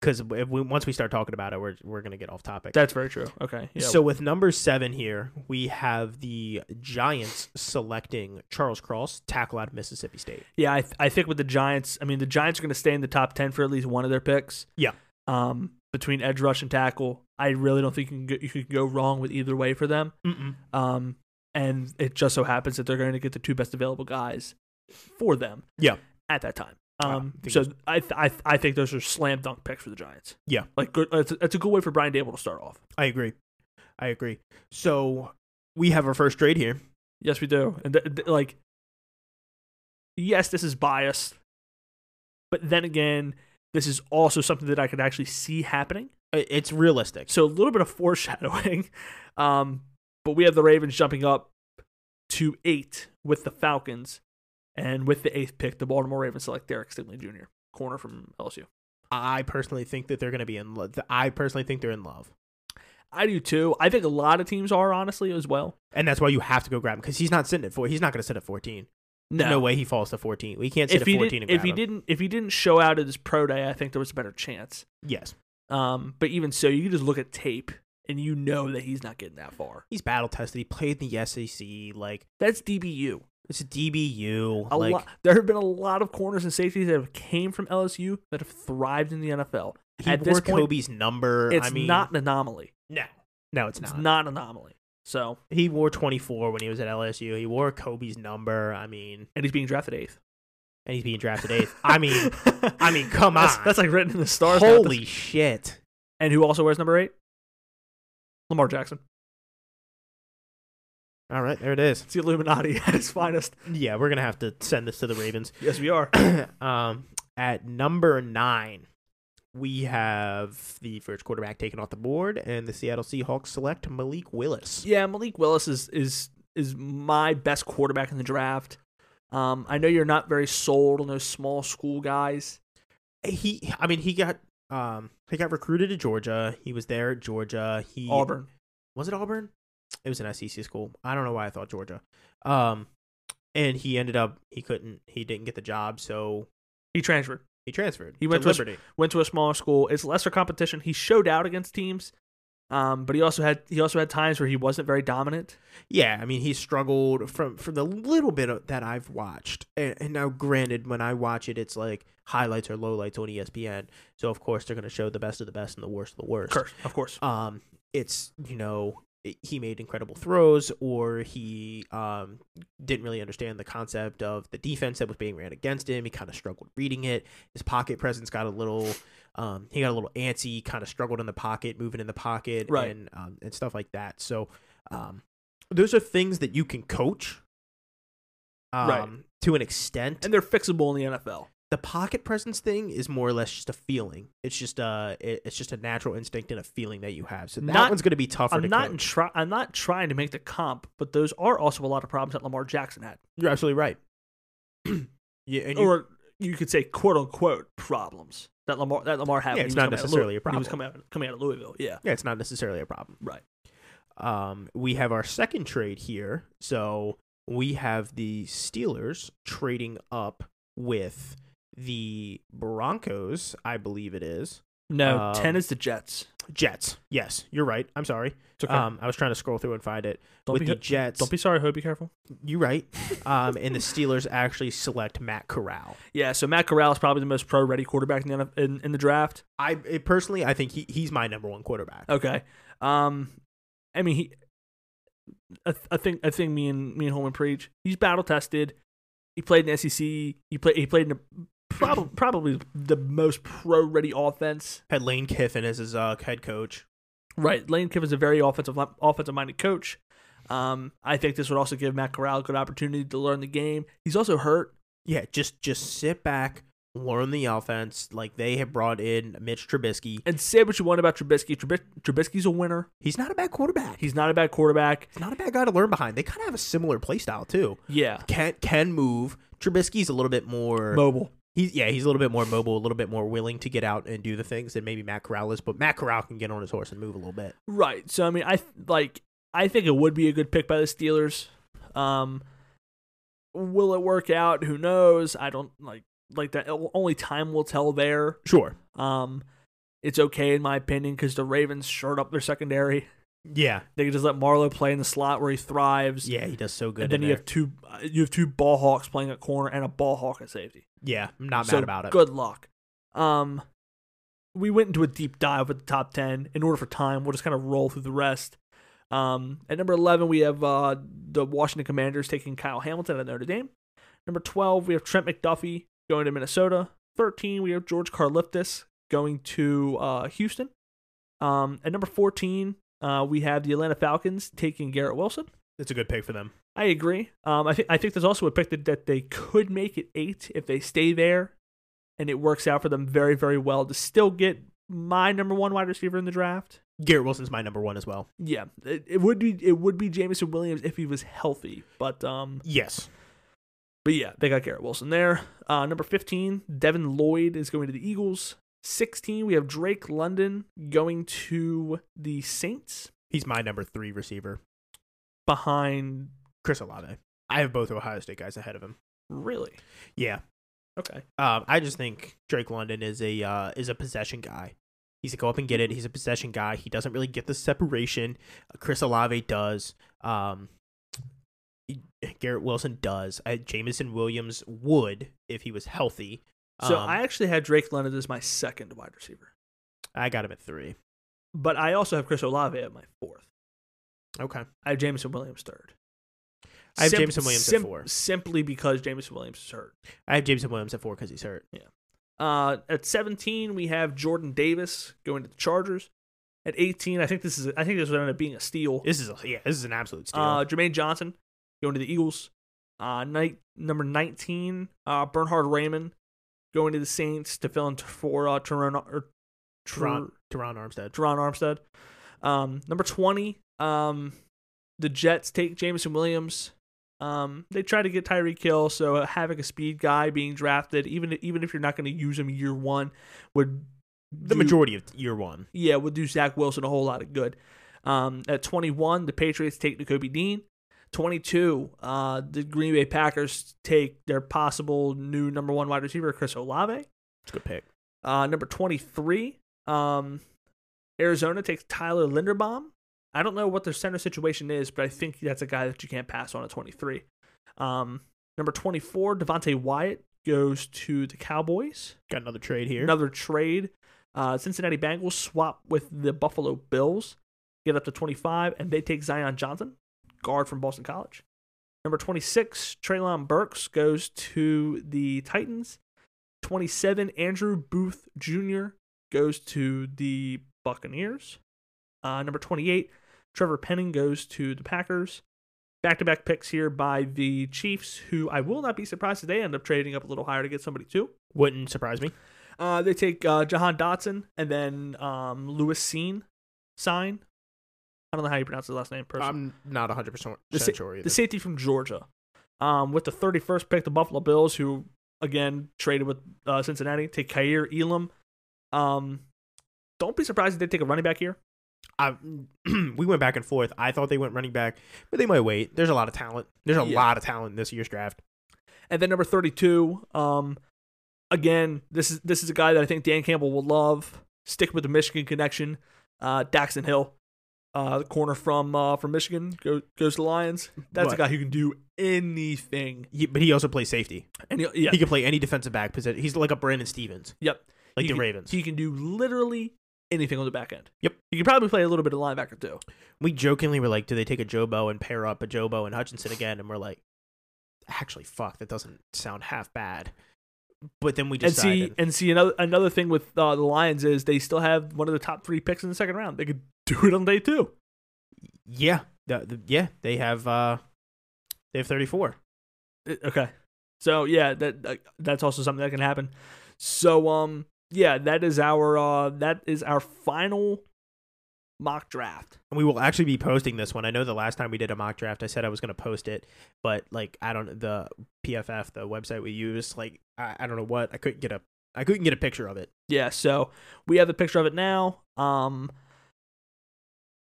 S2: Because if we, once we start talking about it, we're we're gonna get off topic.
S1: That's very true. Okay. Yeah.
S2: So with number seven here, we have the Giants selecting Charles Cross, tackle out of Mississippi State.
S1: yeah, I, th- I think with the Giants, I mean the Giants are going to stay in the top ten for at least one of their picks.
S2: Yeah.
S1: Um, between edge rush and tackle, I really don't think you can go, you could go wrong with either way for them.
S2: Mm-mm.
S1: Um, and it just so happens that they're going to get the two best available guys for them.
S2: Yeah.
S1: At that time.
S2: I
S1: Um,
S2: think
S1: so I, th- I th- I think those are slam dunk picks for the Giants.
S2: Yeah.
S1: Like good, it's, a, it's a good way for Brian Dable to start off.
S2: I agree. I agree. So we have our first trade here.
S1: Yes, we do. And th- th- like, yes, this is biased, but then again, this is also something that I could actually see happening.
S2: I- It's realistic.
S1: So a little bit of [laughs] foreshadowing. Um, but we have the Ravens jumping up to eight with the Falcons, and with the eighth pick, the Baltimore Ravens select Derek Stingley Jr., corner from LSU.
S2: I personally think that they're going to be in love. I personally think they're in love.
S1: I do too. I think a lot of teams are honestly as well.
S2: And that's why you have to go grab him because he's not sitting at four. He's not going to sit at 14. No. way he falls to 14. We can't sit
S1: If
S2: at
S1: he,
S2: 14
S1: did,
S2: and grab
S1: if he
S2: him.
S1: didn't, if he didn't show out at his pro day, I think there was a better chance.
S2: Yes.
S1: Um, but even so, you can just look at tape and you know that he's not getting that far.
S2: He's battle tested. He played in the SEC. Like,
S1: That's DBU.
S2: it's a DBU.
S1: A
S2: like,
S1: lot. There have been a lot of corners and safeties that have came from LSU that have thrived in the NFL.
S2: he
S1: at
S2: wore
S1: this point,
S2: Kobe's number.
S1: It's
S2: I mean,
S1: not an anomaly.
S2: No. No, it's
S1: It's
S2: not.
S1: not an anomaly. So,
S2: He wore 24 when he was at LSU. He wore Kobe's number. I mean,
S1: and he's being drafted eighth.
S2: and he's being drafted eighth.
S1: [laughs]
S2: I mean, I mean, come
S1: that's,
S2: on.
S1: That's like written in the stars. now.
S2: holy shit.
S1: And who also wears number eight? Lamar Jackson.
S2: All right, there it is.
S1: It's the Illuminati [laughs] at its finest.
S2: Yeah, we're gonna have to send this to the Ravens.
S1: Yes, we are.
S2: [coughs] um, at number nine, we have the first quarterback taken off the board, and the Seattle Seahawks select Malik Willis.
S1: Yeah, Malik Willis is is is my best quarterback in the draft. Um, I know you're not very sold on those small school guys.
S2: He, I mean, he got um, he got recruited to Georgia. He was there at Georgia. He
S1: Auburn.
S2: was it Auburn? It was an SEC school. I don't know why I thought Georgia. Um, and he ended up he couldn't he didn't get the job, so
S1: He transferred.
S2: he transferred.
S1: He went to a-
S2: Liberty.
S1: Went to a smaller school. It's lesser competition. He showed out against teams. Um, but he also had he also had times where he wasn't very dominant.
S2: Yeah, I mean, he struggled from from the little bit of, that I've watched. And, and now, granted, when I watch it, it's like highlights or lowlights on E ESPN. So of course, they're going to show the best of the best and the worst of the worst.
S1: Curse, of course.
S2: Um, it's you know it- he made incredible throws or he um didn't really understand the concept of the defense that was being ran against him he kind of struggled reading it his pocket presence got a little um he got a little antsy kind of struggled in the pocket moving in the pocket
S1: Right.
S2: and um, and stuff like that so um those are things that you can coach um
S1: Right.
S2: to an extent
S1: And they're fixable in the NFL.
S2: the pocket presence thing is more or less just a feeling. It's just a it- it's just a natural instinct and a feeling that you have. So that
S1: Not-
S2: one's going to be tougher. to
S1: I'm not
S2: coach.
S1: try, I'm not trying to make the comp, but those are also a lot of problems that Lamar Jackson had,
S2: You're absolutely right. [clears throat] yeah, and you-
S1: or you could say quote unquote problems that Lamar that Lamar had.
S2: Yeah,
S1: when
S2: it's
S1: he was
S2: not
S1: coming out of
S2: necessarily
S1: Louis-
S2: a
S1: when He was
S2: problem.
S1: coming out coming out of Louisville. Yeah.
S2: yeah, it's not necessarily a problem.
S1: Right.
S2: Um, we have our second trade here. So we have the Steelers trading up with the Broncos. I believe it is
S1: No,
S2: Um,
S1: ten is the Jets.
S2: Jets. Yes, you're right. I'm sorry.
S1: Um,
S2: Um, I was trying to scroll through and find it
S1: don't
S2: with
S1: be
S2: the Jets.
S1: don't be sorry. Hope be careful.
S2: You're right. Um, and the Steelers actually select Matt Corral.
S1: Yeah. So Matt Corral is probably the most pro-ready quarterback in the NF in, in the draft.
S2: I it, personally, I think he, he's my number one quarterback.
S1: Okay. Um, I mean he. I, I think I think me and me and Holman preach. He's battle tested. He played in SEC. He played he played in a, prob- probably the most pro-ready offense.
S2: Had Lane Kiffin as his uh, head coach.
S1: Right. Lane Kiffin's a very offensive offensive minded coach. Um, I think this would also give Matt Corral a good opportunity to learn the game. He's also hurt.
S2: Yeah, just just sit back, learn the offense. Like they have brought in Mitch Trubisky.
S1: And say what you want about Trubisky. Trubis- Trubisky's a winner.
S2: He's not a bad quarterback.
S1: He's not a bad quarterback.
S2: He's not a bad guy to learn behind. They kind of have a similar play style too.
S1: Yeah.
S2: Can can move. Trubisky's a little bit more.
S1: Mobile.
S2: He's yeah, he's a little bit more mobile, a little bit more willing to get out and do the things than maybe Matt Corral is. But Matt Corral can get on his horse and move a little bit.
S1: Right. So I mean, I th- like I think it would be a good pick by the Steelers. Um, will it work out? Who knows? I don't like like that. o- Only time will tell. There.
S2: Sure.
S1: Um, it's okay in my opinion because the Ravens shored up their secondary.
S2: Yeah.
S1: They can just let Marlowe play in the slot where he thrives.
S2: Yeah, he does so good.
S1: And then
S2: in
S1: you
S2: there.
S1: have two uh, you have two ball hawks playing at corner and a ball hawk at safety.
S2: yeah, I'm not
S1: so
S2: mad about it.
S1: Good luck. Um, we went into a deep dive with the top ten. In order for time, we'll just kind of roll through the rest. Um, at number eleven, we have uh, the Washington Commanders taking Kyle Hamilton at Notre Dame. Number twelve, we have Trent McDuffie going to Minnesota. Thirteen, we have George Karliftis going to uh, Houston. Um, at number fourteen, uh, we have the Atlanta Falcons taking Garrett Wilson.
S2: It's a good pick for them.
S1: I agree. Um, I think I think there's also a pick that, that they could make it eight if they stay there, and it works out for them very very well to still get my number one wide receiver in the draft.
S2: Garrett Wilson's my number one as well.
S1: Yeah, it, it would be it would be Jamison Williams if he was healthy, but um,
S2: Yes.
S1: but yeah, they got Garrett Wilson there. Uh, number fifteen, Devin Lloyd is going to the Eagles. Sixteen, we have Drake London going to the Saints
S2: He's my number three receiver.
S1: behind
S2: Chris Olave. I have both Ohio State guys ahead of him.
S1: really
S2: Yeah.
S1: okay
S2: Um, I just think Drake London is a uh, is a possession guy. He's a go up and get it. He's a possession guy. He doesn't really get the separation. Uh, Chris Olave does. Um, he- Garrett Wilson does. Uh, Jamison Williams would if he was healthy.
S1: so
S2: Um,
S1: I actually had Drake London as my second wide receiver.
S2: I got him at three.
S1: but I also have Chris Olave at my fourth.
S2: Okay.
S1: I have Jameson Williams third.
S2: I have Jameson Williams at four.
S1: Simply because Jameson Williams is hurt.
S2: I have Jameson Williams at four because he's hurt.
S1: Uh, at 17, we have Jordan Davis going to the Chargers. At 18, I think this is I think this would end up being a steal.
S2: This is a, yeah. This is an absolute steal.
S1: Uh, Jermaine Johnson going to the Eagles. Uh, night number 19, uh, Bernhard Raymond going to the Saints to fill in for uh, Teron or
S2: Teron,
S1: Ter-
S2: Teron Armstead.
S1: Teron Armstead. Um, number 20, um, the Jets take Jameson Williams. Um, they try to get Tyree Kill, so having a speed guy being drafted, even even if you're not going to use him year one, would
S2: The
S1: do-
S2: majority of year one.
S1: yeah, would do Zach Wilson a whole lot of good. Um, at 21, the Patriots take N'Kobe Dean. 22, uh, the Green Bay Packers take their possible new number one wide receiver, Chris Olave.
S2: It's a good pick.
S1: Uh, number 23, um, Arizona takes Tyler Linderbaum. I don't know what their center situation is, but I think that's a guy that you can't pass on at 23. Um, number 24, Devontae Wyatt goes to the Cowboys.
S2: Got another trade here.
S1: Another trade. Uh, Cincinnati Bengals swap with the Buffalo Bills, get up to 25, and they take Zion Johnson, guard from Boston College. Number 26, Traylon Burks goes to the Titans. 27, Andrew Booth Jr. goes to the Buccaneers. Uh, number 28, Trevor Penning goes to the Packers. Back to back picks here by the Chiefs, who I will not be surprised if they end up trading up a little higher to get somebody too.
S2: Wouldn't surprise me.
S1: Uh, they take uh, Jahan Dotson and then um, Lewis Seen sign. I don't know how you pronounce his last name. Personally.
S2: I'm not 100 percent
S1: The sa-
S2: sure either.
S1: the safety from Georgia. Um, with the 31st pick, the Buffalo Bills, who again traded with uh, Cincinnati, take Kair Elam. Um, don't be surprised if they take a running back here.
S2: I, [clears throat] we went back and forth. I thought they went running back, but they might wait. There's a lot of talent. There's a
S1: Yeah.
S2: lot of talent in this year's draft.
S1: And then number 32, um, again, this is this is a guy that I think Dan Campbell will love. Stick with the Michigan connection. Uh, Daxon Hill, uh, the corner from uh, from Michigan, go, goes to the Lions. That's a
S2: But-
S1: guy who can do anything.
S2: He- but he also plays safety.
S1: And he, yeah,
S2: He can play any defensive back position. He's like a Brandon Stevens,
S1: yep.
S2: like
S1: He
S2: the
S1: can-
S2: Ravens.
S1: He can do literally anything on the back end.
S2: Yep.
S1: He can probably play a little bit of linebacker too.
S2: we jokingly were like, do they take a Jobo and pair up a Jobo and Hutchinson again? And we're like, actually, fuck, that doesn't sound half bad. But then we
S1: And
S2: decided.
S1: see, and see another another thing with uh, the Lions is they still have one of the top three picks in the second round. They could do it on day two.
S2: yeah, the- the- yeah, they have uh, they have 34.
S1: Eh, Uh, Okay. So yeah, that that- that's also something that can happen. So um yeah, that is our uh that is our final mock draft.
S2: And we will actually be posting this one. I know the last time we did a mock draft, I said I was going to post it, but like I don't the PFF, the website we use, like I, I don't know what I couldn't get a I couldn't get a picture of it.
S1: Yeah, so we have the picture of it now. Um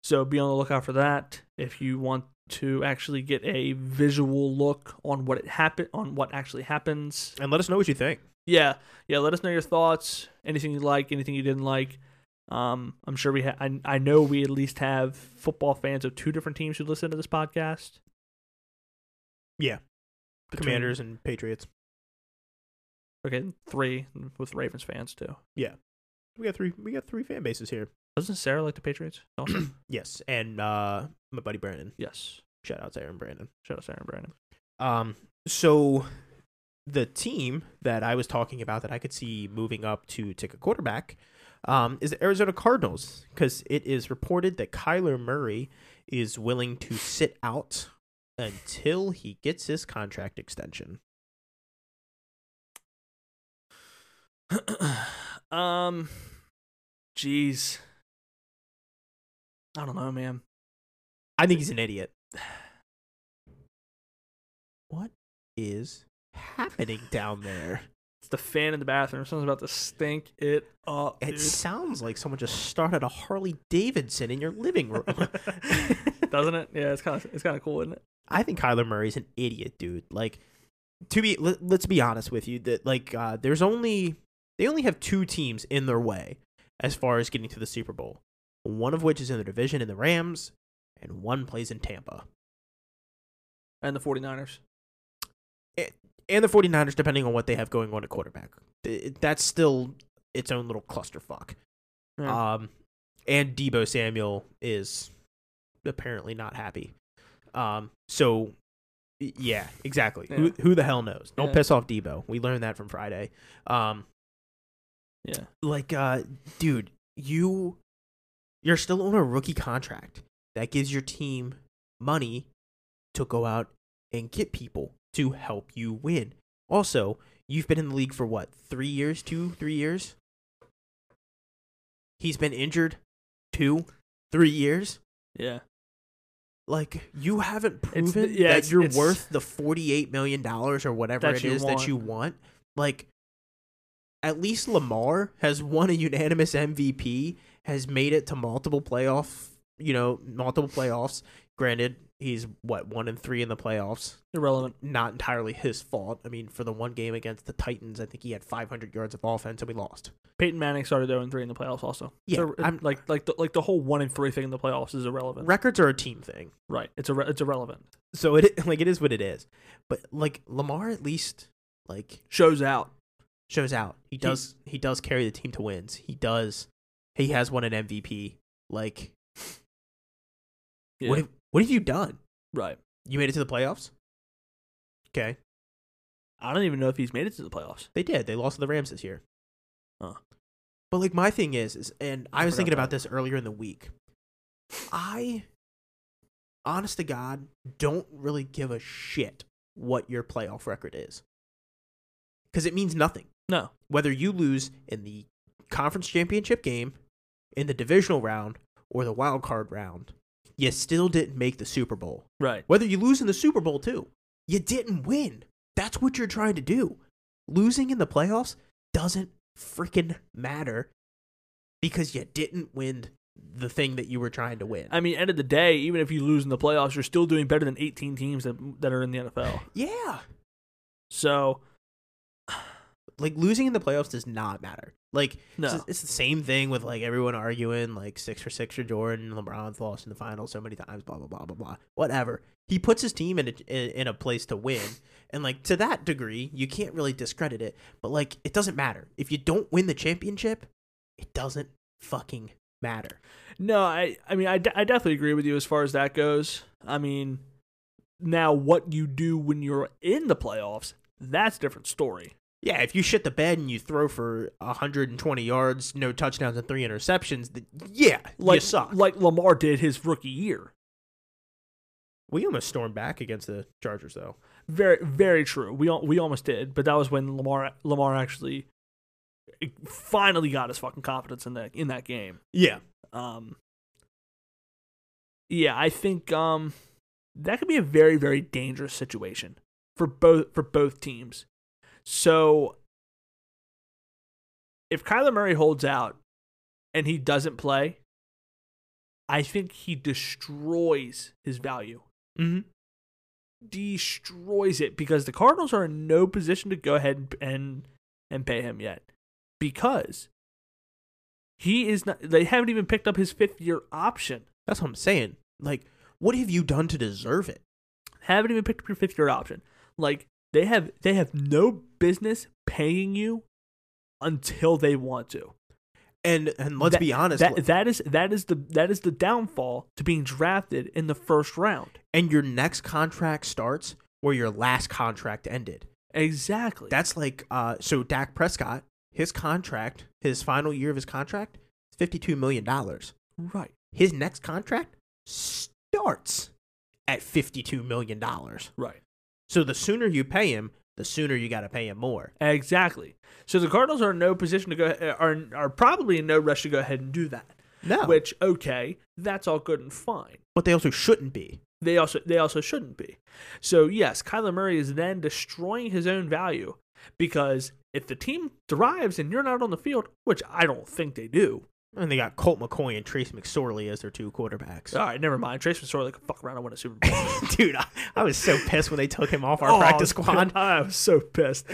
S1: so be on the lookout for that if you want to actually get a visual look on what it happened on what actually happens.
S2: And let us know what you think.
S1: Yeah. Yeah, let us know your thoughts, anything you like, anything you didn't like. Um I'm sure we ha- I I know we at least have football fans of two different teams who listen to this podcast.
S2: Yeah.
S1: Between-
S2: Commanders and Patriots.
S1: Okay, three with Ravens fans too.
S2: We got three. We got three fan bases here.
S1: Doesn't Sarah like the Patriots? [clears throat] Don't she?
S2: Yes, and uh my buddy Brandon.
S1: yes.
S2: Shout out to Aaron Brandon.
S1: Shout out Sarah and Brandon.
S2: Um, so the team that I was talking about that I could see moving up to take a quarterback um, is the Arizona Cardinals because it is reported that Kyler Murray is willing to sit out until he gets his contract extension.
S1: um, jeez, I don't know, man.
S2: I think he's an idiot. [sighs] What is happening down there?
S1: It's the fan in the bathroom. Someone's about to stink it up. [laughs]
S2: It sounds like someone just started a Harley Davidson in your living room.
S1: [laughs]
S2: [laughs]
S1: dude. Doesn't it? Yeah, it's kind of it's kind of cool, isn't it?
S2: I think Kyler Murray's an idiot, dude. Like, to be let, let's be honest with you, that like uh, there's only they only have two teams in their way as far as getting to the Super Bowl. One of which is in the division in the Rams, and one plays in Tampa
S1: And the 49ers.
S2: and the 49ers, depending on what they have going on at quarterback. Th- That's still its own little clusterfuck.
S1: Yeah.
S2: Um, and Debo Samuel is apparently not happy. Um, so y- yeah, exactly. Who,
S1: Yeah.
S2: who the hell knows? Don't
S1: Yeah.
S2: piss off Debo. We learned that from Friday. Um,
S1: yeah.
S2: like uh dude you you're still on a rookie contract that gives your team money to go out and get people to help you win also you've been in the league for what three years two three years he's been injured two three years
S1: Yeah.
S2: like you haven't
S1: It's-
S2: proven
S1: yeah,
S2: that
S1: it's-
S2: you're
S1: it's-
S2: worth the 48 million dollars or whatever
S1: That
S2: it
S1: you
S2: is
S1: want.
S2: that you want like at least lamar has won a unanimous mvp has made it to multiple playoff you know multiple playoffs granted he's what one and three in the playoffs
S1: Irrelevant.
S2: not entirely his fault i mean for the one game against the titans i think he had 500 yards of offense and we lost
S1: Peyton Manning started 0 and 3 in the playoffs also.
S2: Yeah,
S1: So, it-
S2: I'm-
S1: like like the, like the whole 1 and 3 thing in the playoffs is irrelevant.
S2: records are a team thing
S1: right. It's irre- it's irrelevant.
S2: so it [laughs] like it is what it is but like lamar at least like
S1: Shows out.
S2: shows out. He does he does carry the team to wins. He does he has won an MVP. Like
S1: Yeah.
S2: what have, what have you done?
S1: right.
S2: You made it to the playoffs? Okay.
S1: I don't even know if he's made it to the playoffs.
S2: They did. They lost to the Rams this year.
S1: Huh.
S2: But like my thing is is and I,
S1: I
S2: was
S1: forgot
S2: thinking about
S1: that.
S2: this earlier in the week. I honest to God don't really give a shit what your playoff record is. Cuz it means nothing.
S1: No.
S2: whether you lose in the conference championship game, in the divisional round, or the wild card round, you still didn't make the Super Bowl.
S1: Right.
S2: Whether you lose in the Super Bowl too, you didn't win. That's what you're trying to do. Losing in the playoffs doesn't freaking matter because you didn't win the thing that you were trying to win.
S1: I mean, end of the day, even if you lose in the playoffs, you're still doing better than 18 teams that that are in the NFL.
S2: yeah.
S1: So
S2: Like losing in the playoffs does not matter. Like
S1: no,
S2: It's, it's the same thing with like everyone arguing like six for six for Jordan, LeBron's lost in the finals so many times, blah blah blah blah blah. Whatever. He puts his team in a, in, in a place to win, and like to that degree, you can't really discredit it. But like, it doesn't matter if you don't win the championship. It doesn't fucking matter.
S1: no. I I mean, I, de- I definitely agree with you as far as that goes. I mean, now what you do when you're in the playoffs, that's a different story.
S2: Yeah, if you shit the bed and you throw for 120 yards, no touchdowns and three interceptions, th- yeah,
S1: Like
S2: you suck.
S1: like Lamar did his rookie year.
S2: we almost stormed back against the Chargers though.
S1: Very very true. We al- we almost did, but that was when Lamar Lamar actually eh, finally got his fucking confidence in that in that game.
S2: Yeah.
S1: Um, yeah, I think um, that could be a very very dangerous situation for both for both teams. So if Kyler Murray holds out and he doesn't play, I think he destroys his value.
S2: Mm-hmm.
S1: Destroys it because the Cardinals are in no position to go ahead and and, and pay him yet because he is not they haven't even picked up his fifth year option.
S2: That's what I'm saying. Like, what have you done to deserve it?
S1: haven't even picked up your fifth year option. Like they have they have no business paying you until they want to.
S2: And and let's
S1: That-
S2: be honest,
S1: That
S2: like-
S1: that is that is the that is the downfall to being drafted in the first round.
S2: and your next contract starts where your last contract ended.
S1: Exactly.
S2: That's like uh so Dak Prescott, his contract, his final year of his contract, fifty two million dollars.
S1: right.
S2: His next contract starts at fifty two million dollars.
S1: Right.
S2: So the sooner you pay him, the sooner you gotta pay him more.
S1: Exactly. So the Cardinals are in no position to go are are probably in no rush to go ahead and do that.
S2: No.
S1: Which okay, that's all good and fine.
S2: but they also shouldn't be.
S1: they also they also shouldn't be. So yes, Kyler Murray is then destroying his own value because if the team thrives and you're not on the field, which I don't think they do.
S2: And they got Colt McCoy and Trace McSorley as their two quarterbacks.
S1: All right, never mind. Trace McSorley could fuck around and win a Super [laughs] Bowl.
S2: [laughs] Dude, I, I was so pissed when they took him off our practice
S1: Oh, dude,
S2: squad.
S1: [laughs] I was so pissed.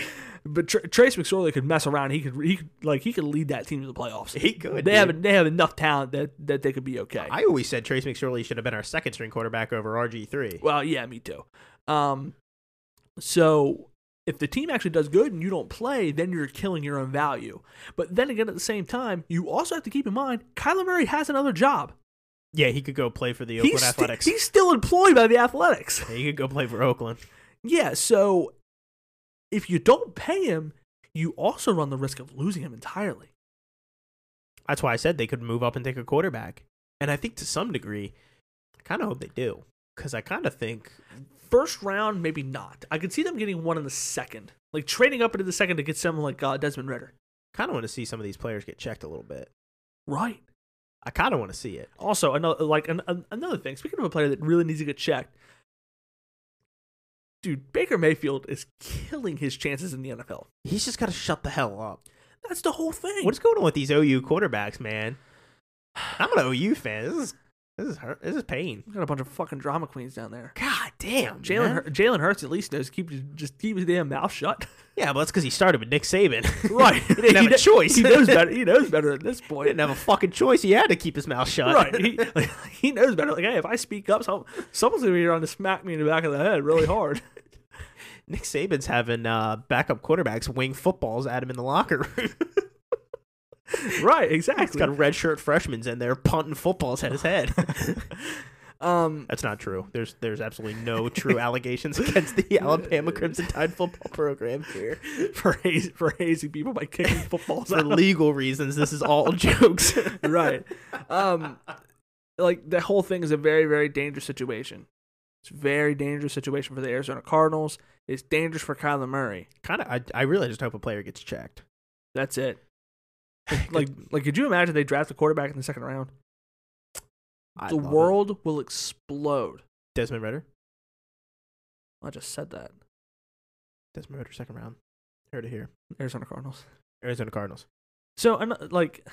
S1: But Tr- Trace McSorley could mess around. He could he could, like he could lead that team to the playoffs.
S2: He could,
S1: They
S2: dude.
S1: have they have enough talent that that they could be okay.
S2: I always said Trace McSorley should have been our second string quarterback over RG3.
S1: Well, yeah, me too. Um, so if the team actually does good and you don't play, then you're killing your own value. But then again, at the same time, you also have to keep in mind Kyler Murray has another job.
S2: Yeah, he could go play for the Oakland
S1: He's, sti-
S2: Athletics.
S1: he's still employed by the Athletics.
S2: Yeah, he could go play for Oakland.
S1: Yeah, so if you don't pay him, you also run the risk of losing him entirely.
S2: That's why I said they could move up and take a quarterback. And I think to some degree, I kind of hope they do. Because I kind of think,
S1: First round, maybe not. I could see them getting one in the second, like trading up into the second to get someone like uh, Desmond Ritter.
S2: kind of want to see some of these players get checked a little bit.
S1: Right.
S2: I kind of want to see it.
S1: Also, another like an, an- another thing. Speaking of a player that really needs to get checked, dude, Baker Mayfield is killing his chances in the NFL.
S2: He's just got to shut the hell up.
S1: That's the whole thing.
S2: What's going on with these OU quarterbacks, man? I'm an OU fan. This is this is hurt. This is pain.
S1: We got a bunch of fucking drama queens down there.
S2: God damn,
S1: Jalen
S2: man.
S1: Hur- Jalen Hurts at least knows keep just keep his damn mouth [laughs] shut.
S2: Yeah, but that's because he started with Nick Saban. [laughs] he
S1: [laughs] he
S2: didn't have
S1: kn-
S2: a choice.
S1: He knows better. He knows better at this [laughs]
S2: [laughs] He
S1: point.
S2: didn't have a fucking choice. He had to keep his mouth shut.
S1: Right. He, [laughs] like, he knows better. Like, hey, if I speak up, some, someone's gonna be around to smack me in the back of the head really hard.
S2: [laughs] Nick Saban's having uh, backup quarterbacks wing footballs at him in the locker room.
S1: [laughs]
S2: [laughs]
S1: right.
S2: He's got
S1: Exactly.
S2: redshirt freshmen in there punting footballs at his head. [laughs]
S1: [laughs] Um.
S2: That's not true. There's there's absolutely no
S1: [laughs]
S2: true allegations against the Alabama Crimson Tide
S1: [laughs]
S2: football program here.
S1: For hazing, for hazing people by
S2: [laughs]
S1: kicking footballs
S2: For
S1: out of
S2: legal reasons, this is all jokes. [laughs]
S1: right. Um, [laughs] like the whole thing is a very, very dangerous situation. It's a very dangerous situation for the Arizona Cardinals. It's dangerous for Kyler Murray.
S2: kind of. I, I really just hope a player gets checked.
S1: That's
S2: [laughs]
S1: it. Like, like, could you imagine they draft a quarterback in the second round?
S2: I
S1: the
S2: love it.
S1: world will explode.
S2: Desmond Ritter.
S1: I just said that.
S2: Desmond Ritter, second round. Heard it here.
S1: Arizona Cardinals.
S2: Arizona Cardinals.
S1: So, an- like,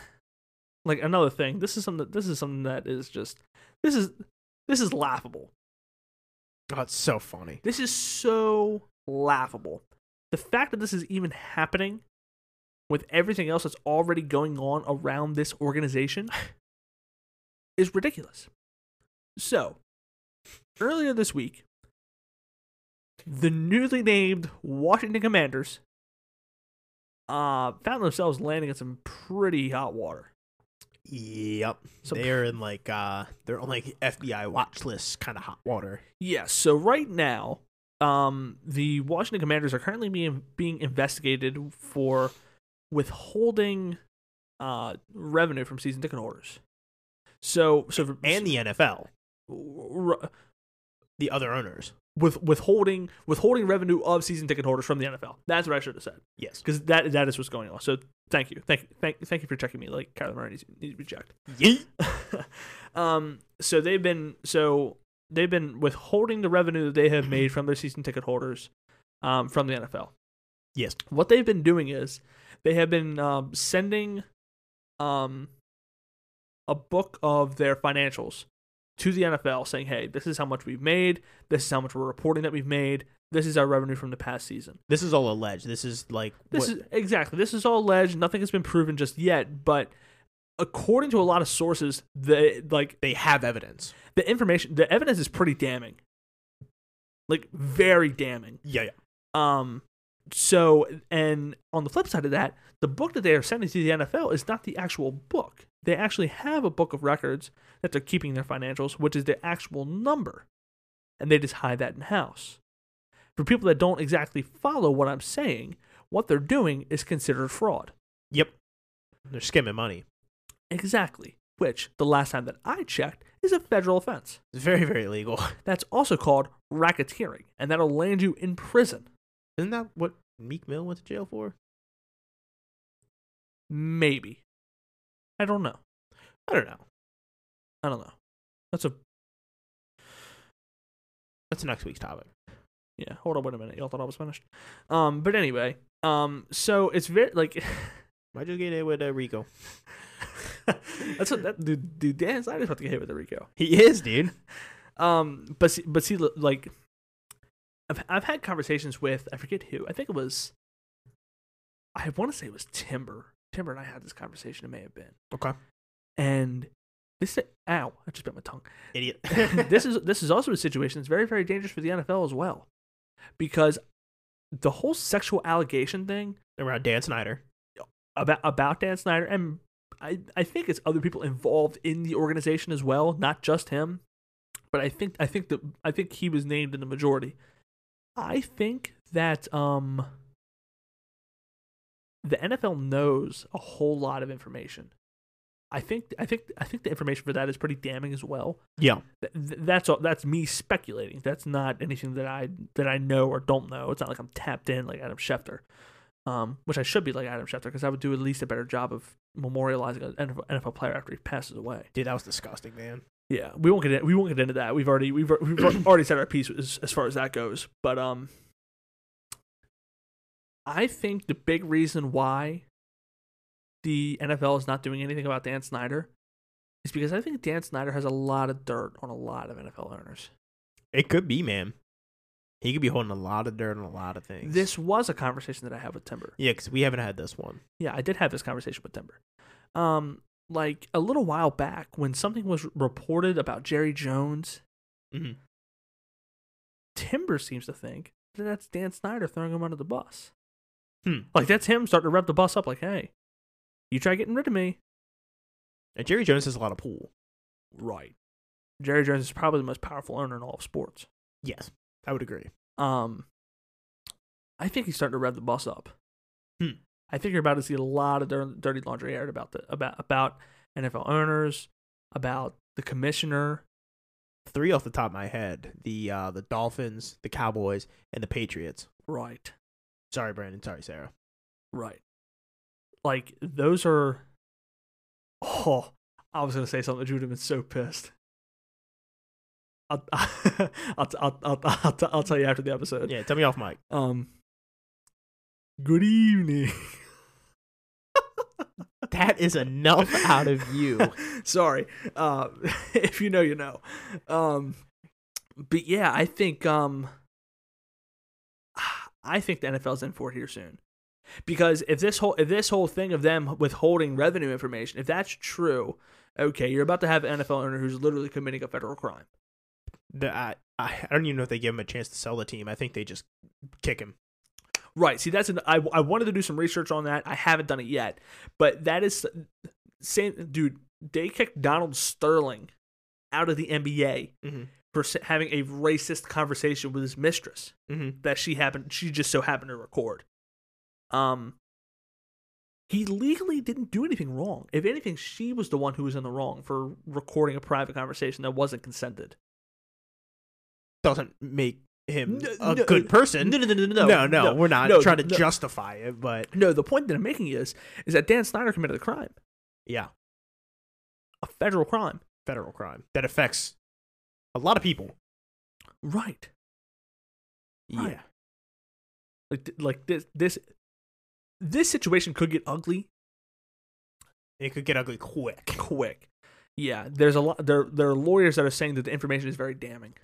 S1: like another thing. This is something. This is something that is just. This is this is laughable.
S2: Oh, it's so funny.
S1: This is so laughable. The fact that this is even happening with everything else that's already going on around this organization is ridiculous. So, earlier this week, the newly named Washington Commanders uh, found themselves landing in some pretty hot water.
S2: Yep.
S1: So-
S2: they're in like uh they're on like FBI watch list kind of hot water.
S1: Yes. So right now, um, the Washington Commanders are currently being being investigated for withholding uh, revenue from season ticket orders. So so
S2: And the NFL,
S1: r-
S2: the other owners.
S1: with withholding withholding revenue of season ticket holders from the NFL. That's what I should have said
S2: Yes.
S1: because that that is what's going on. So Thank you, thank, thank, thank you for checking me. Like Kyler Murray needs, needs to be checked.
S2: Yeet.
S1: [laughs] um, so they've been so they've been withholding the revenue that they have made from their season ticket holders, um, from the NFL.
S2: Yes.
S1: What they've been doing is they have been um, sending, um, a book of their financials to the NFL, saying, "Hey, this is how much we've made. This is how much we're reporting that we've made. This is our revenue from the past season."
S2: This is all alleged. This is like
S1: This
S2: what-
S1: is exactly. This is all alleged. Nothing has been proven just yet, but according to a lot of sources, the like
S2: they have evidence.
S1: the information, the evidence is pretty damning. Like very damning.
S2: Yeah, yeah.
S1: Um so and on the flip side of that, the book that they are sending to the NFL is not the actual book. They actually have a book of records that they're keeping their financials, which is the actual number. And they just hide that in house. For people that don't exactly follow what I'm saying, what they're doing is considered fraud.
S2: Yep. They're skimming money.
S1: Exactly. Which, the last time that I checked, is a federal offense.
S2: It's very, very illegal. [laughs]
S1: That's also called racketeering, and that'll land you in prison.
S2: Isn't that what Meek Mill went to jail for?
S1: Maybe. I don't know.
S2: I don't know.
S1: I don't know. That's a
S2: That's next week's topic.
S1: yeah. Hold on, wait a minute. Y'all thought I was finished. Um, but anyway, um, so it's very like [laughs]
S2: I just get it with uh, Rico.
S1: that's what that dude, dude Dan Snyder's about to get hit with a Rico.
S2: He is, dude.
S1: Um, but see, but see, li- like, I've I've had conversations with I forget who I think it was. I want to say it was Timber. Timber and I had this conversation. It may have been.
S2: Okay.
S1: And this ow, I just bit my tongue.
S2: [laughs] Idiot.
S1: [laughs] this is this is also a situation that's very very dangerous for the NFL as well, because the whole sexual allegation thing
S2: around Dan Snyder.
S1: about about Dan Snyder and I I think it's other people involved in the organization as well, not just him. But I think I think the I think he was named in the majority. I think that um the NFL knows a whole lot of information. I think I think I think the information for that is pretty damning as well.
S2: Yeah.
S1: Th- th- that's all that's me speculating that's not anything that i that i know or don't know it's not like i'm tapped in like adam schefter um which i should be like adam schefter because i would do at least a better job of memorializing an NFL, nfl player after he passes away
S2: Dude, that was disgusting, man.
S1: yeah we won't get in, we won't get into that we've already we've, al- we've al- already said our piece as, as far as that goes but um i think the big reason why the nfl is not doing anything about dan snyder is because i think dan snyder has a lot of dirt on a lot of nfl owners
S2: It could be, man. He could be holding a lot of dirt on a lot of things.
S1: This was a conversation that I had with Timber.
S2: Yeah, because we haven't had this one.
S1: Yeah, I did have this conversation with Timber. Um, like a little while back when something was reported about Jerry Jones,
S2: Mm-hmm.
S1: Timber seems to think that that's Dan Snyder throwing him under the bus.
S2: Hmm.
S1: Like that's him starting to rev the bus up. Like, hey, you try getting rid of me,
S2: And Jerry Jones has a lot of pool.
S1: right? Jerry Jones is probably the most powerful owner in all of sports.
S2: Yes, I would agree.
S1: Um, I think he's starting to rev the bus up.
S2: Hmm.
S1: I think you're about to see a lot of dir- dirty laundry aired about the about about NFL owners, about the commissioner.
S2: Three off the top of my head: the uh, the Dolphins, the Cowboys, and the Patriots.
S1: Right,
S2: Sorry, Brandon. Sorry, Sarah.
S1: right. Like those are. Oh, I was gonna say something that you would have been so pissed. I'll, [laughs] I'll, I'll, I'll, I'll, I'll tell you after the episode.
S2: Yeah, tell me off mic.
S1: Um. Good evening.
S2: [laughs] That is enough out of you.
S1: [laughs] Sorry. Uh, [laughs] if you know, you know. Um, but yeah, I think um, [sighs] I think the NFL's in for it here soon, because if this whole if this whole thing of them withholding revenue information, if that's true, okay, you're about to have an NFL owner who's literally committing a federal crime.
S2: [laughs] The, I, I I don't even know if they give him a chance to sell the team. I think they just kick him.
S1: Right. See, that's an I I wanted to do some research on that. I haven't done it yet, but that is same dude. They kicked Donald Sterling out of the NBA
S2: Mhm.
S1: for s- having a racist conversation with his mistress
S2: Mm-hmm.
S1: that she happened she just so happened to record. Um he legally didn't do anything wrong. If anything, she was the one who was in the wrong for recording a private conversation that wasn't consented.
S2: Doesn't make him
S1: No,
S2: a
S1: no,
S2: good person.
S1: no, no, no, no, no,
S2: no, no, we're not
S1: no,
S2: trying to
S1: no.
S2: justify it, but
S1: No, the point that I'm making is is that Dan Snyder committed a crime,
S2: yeah,
S1: a federal crime.
S2: federal crime that affects a lot of people.
S1: Right. Right.
S2: Yeah.
S1: Like th- like this this this situation could get ugly
S2: It could get ugly quick.
S1: quick. Yeah, there's a lot there there are lawyers that are saying that the information is very damning.